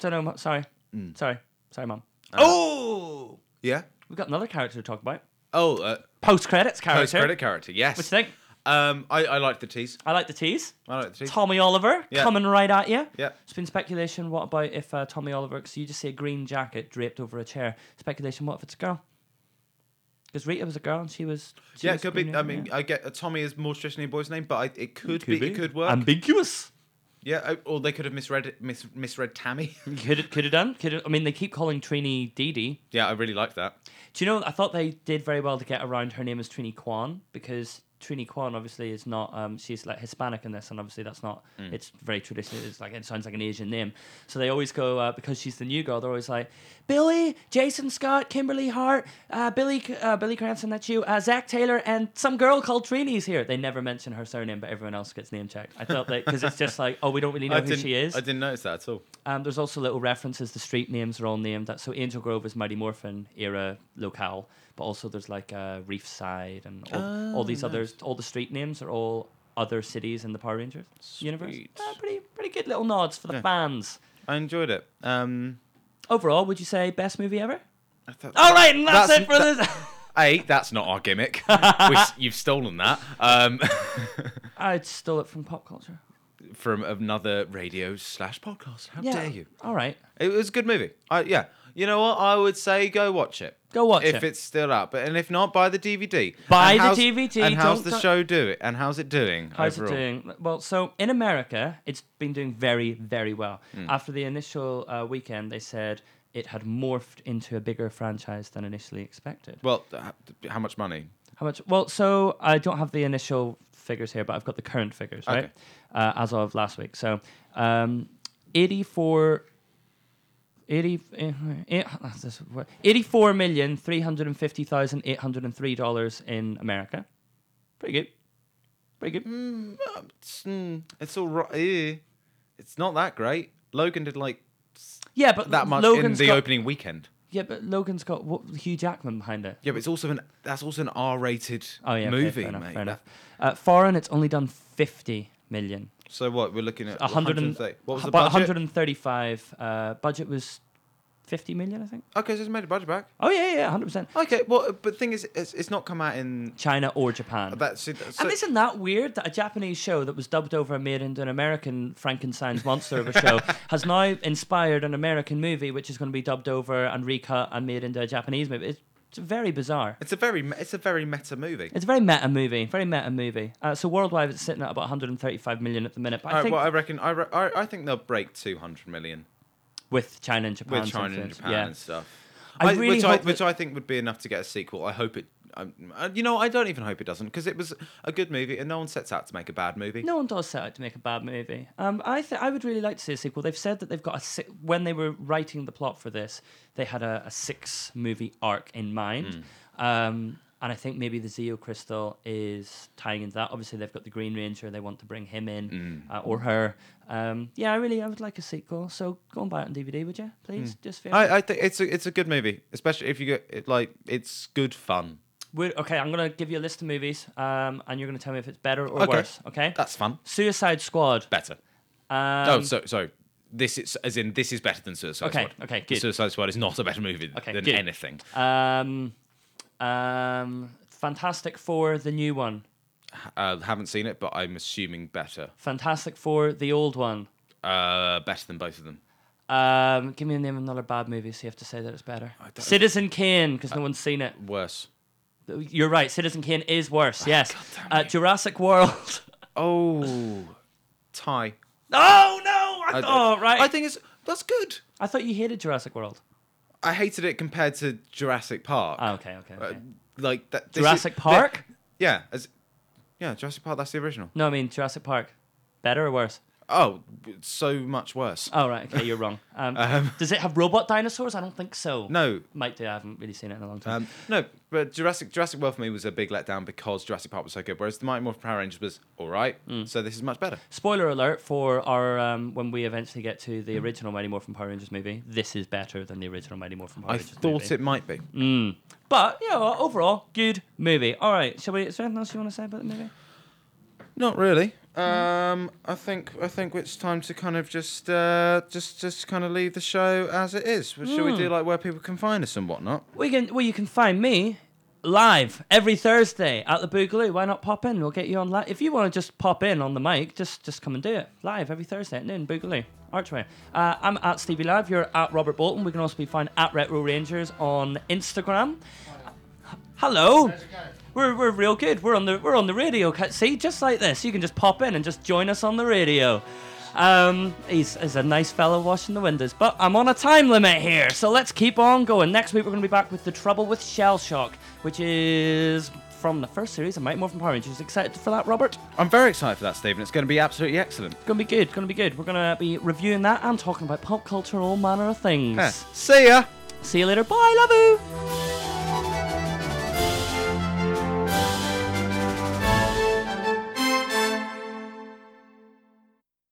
don't know. Mum. Sorry, Mm. sorry, sorry, mum. oh, Yeah. we've got another character to talk about. Oh, uh, Post credits character. post credit character. Yes. What you think? Um, I, I like the tease. I like the tease. I like the tease. Tommy Oliver Yeah. coming right at you. Yeah. There's been speculation. What about if uh, Tommy Oliver? Because you just see a green jacket draped over a chair. Speculation. What if it's a girl? Because Rita was a girl and she was. she yeah, was it could be. green, I yeah. mean, I get uh, Tommy is more traditionally a boy's name, but I, it could, be, It could work. Ambiguous. yeah. I- Or they could have misread it, mis, misread Tammy. Could it? Could have done? Could it? I mean, they keep calling Trini Dee Dee. yeah, I really like that. Do you know? I thought they did very well to get around her name as Trini Kwan because Trini Kwan obviously is not. Um, she's like Hispanic in this, and obviously that's not. Mm. It's very traditional. It's like it sounds like an Asian name. So they always go uh, because she's the new girl. They're always like Billy, Jason Scott, Kimberly Hart, uh, Billy, uh, Billy Cranston. That's you, uh, Zach Taylor, and some girl called Trini's here. They never mention her surname, but everyone else gets name checked. I felt that because it's just like, oh, we don't really know I who didn't, she is. I didn't notice that at all. Um, there's also little references. The street names are all named. That so Angel Grove is Mighty Morphin era locale, but also there's like uh, Reefside and all, all these Ah, others. All the street names are all other cities in the Power Rangers universe. Sweet. Uh, pretty pretty good little nods for the fans. I enjoyed it. Um, Overall, would you say best movie ever? I thought- All right, and that's, That's- it for that- this. A, that's not our gimmick. we, s- you've stolen that um, I stole it from pop culture. from another radio slash podcast. How Yeah. dare you? All right. It was a good movie. I, yeah. You know what? I would say go watch it. Go watch if it. it's still up, but and if not, buy the DVD. Buy And the how's- DVD, And how's don't the cut- show do it? And how's it doing How's overall? it doing? Well, so in America, it's been doing very, very well. Hmm. After the initial uh, weekend, they said it had morphed into a bigger franchise than initially expected. Well, h- how much money? How much? Well, so I don't have the initial figures here, but I've got the current figures, right? Okay. Uh, as of last week. So um, 84. 80, eh, eh, that's this word. Eighty-four million three hundred and fifty thousand eight hundred and three dollars in America. Pretty good, pretty Hmm. good. Mm, um, It's, mm, it's all right. eh. It's not that great. Logan did like Yeah, but that much in Logan's the got- opening weekend. Yeah, but Logan's got what, Hugh Jackman behind it. Yeah, but it's also an that's also an R-rated Oh yeah, okay, movie, fair enough, mate. Fair enough. Uh, foreign, it's only done fifty million. So what we're looking at? A hundred and 130. What was the about budget? 135. Uh, budget was 50 million, I think. Okay, so it's made a budget back. Oh yeah, yeah, 100. percent Okay, well, but the thing is, it's, it's not come out in China or Japan. that. So, so, and isn't that weird that a Japanese show that was dubbed over and made into an American Frankenstein's monster of a show has now inspired an American movie which is going to be dubbed over and recut and made into a Japanese movie? It's, it's very bizarre. it's a very me- it's a very meta movie. It's a very meta movie, very meta movie. Uh, so worldwide, it's sitting at about 135 million at the minute. But I All right, think well, I reckon I, re- I I think they'll break two hundred million with China and Japan, with China and Japan yeah. and stuff. I really which, I, hope that- which I think would be enough to get a sequel. I hope it. I, I- you know, I don't even hope it doesn't because it was a good movie, and no one sets out to make a bad movie. No one does set out to make a bad movie. Um, I th- I would really like to see a sequel. They've said that they've got a si- when they were writing the plot for this, they had a, a six movie arc in Hmm. mind. Um, and I think maybe the Zeo Crystal is tying into that. Obviously, they've got the Green Ranger. They want to bring him in Hmm. uh, or her. Um, yeah, I really, I would like a sequel. So go and buy it on DVD, would you, please? Just for Hmm. I, I think it's a it's a good movie, especially if you get it like it's good fun. We're, okay, I'm gonna give you a list of movies, um, and you're gonna tell me if it's better or Okay. worse. Okay. That's fun. Suicide Squad. Better. Um, oh, so so this is as in this is better than Suicide Okay, Squad. okay, good. Suicide Squad is not a better movie Okay, than good. anything. Um, um, Fantastic Four, the new one. Uh, haven't seen it, but I'm assuming better. Fantastic Four, the old one. Uh, better than both of them. Um, give me the name of another bad movie, so you have to say that it's better. Citizen Kane, because no one's seen it. Worse. You're right. Citizen Kane is worse. Yes. Uh, Jurassic World. Oh, tie. oh no! I, oh right. I think it's that's good. I thought you hated Jurassic World. I hated it compared to Jurassic Park. Oh, okay, okay. Uh, okay. like that. this is- Jurassic thi- Park? yeah. As, yeah, Jurassic Park. That's the original. no, I mean Jurassic Park. Better or worse? Oh, it's so much worse. Oh right. Okay, you're wrong. Um, Um, does it have robot dinosaurs? I don't think so. No, Might do. I haven't really seen it in a long time. Um, no, but Jurassic Jurassic World for me was a big letdown because Jurassic Park was so good, whereas the Mighty Morphin Power Rangers was all right. So this is much better. Spoiler alert for our um, when we eventually get to Hmm. the original Mighty Morphin Power Rangers movie. This is better than the original Mighty Morphin Power I Rangers thought movie. Hmm. it might be. But yeah, well, overall good movie. All right, shall we? Is there anything else you want to say about the movie? Not really. Um, I think I think it's time to kind of just uh, just just kind of leave the show as it is. Shall we do like where people can find us and whatnot? We can. Well, you can find me live every Thursday at the Boogaloo. Why not pop in? We'll get you on live. If you want to just pop in on the mic, just just come and do it live every Thursday at noon. Boogaloo. Archway. Uh, I'm at Stevie Live. You're at Robert Bolton. We can also be found at Retro Rangers on Instagram. Hello. We're, we're real good. We're on the we're on the radio. Ca- See, just like this, you can just pop in and just join us on the radio. Um, he's, he's a nice fellow washing the windows, but I'm on a time limit here, so let's keep on going. Next week we're going to be back with the trouble with shell shock, which is from the first series of Mighty Morphin Power Rangers. Excited for that, Robert? I'm very excited for that, Stephen. It's going to be absolutely excellent. Gonna be good. Gonna be good. We're gonna be reviewing that and talking about pop culture and all manner of things. Yeah. See ya. See you later. Bye, love you.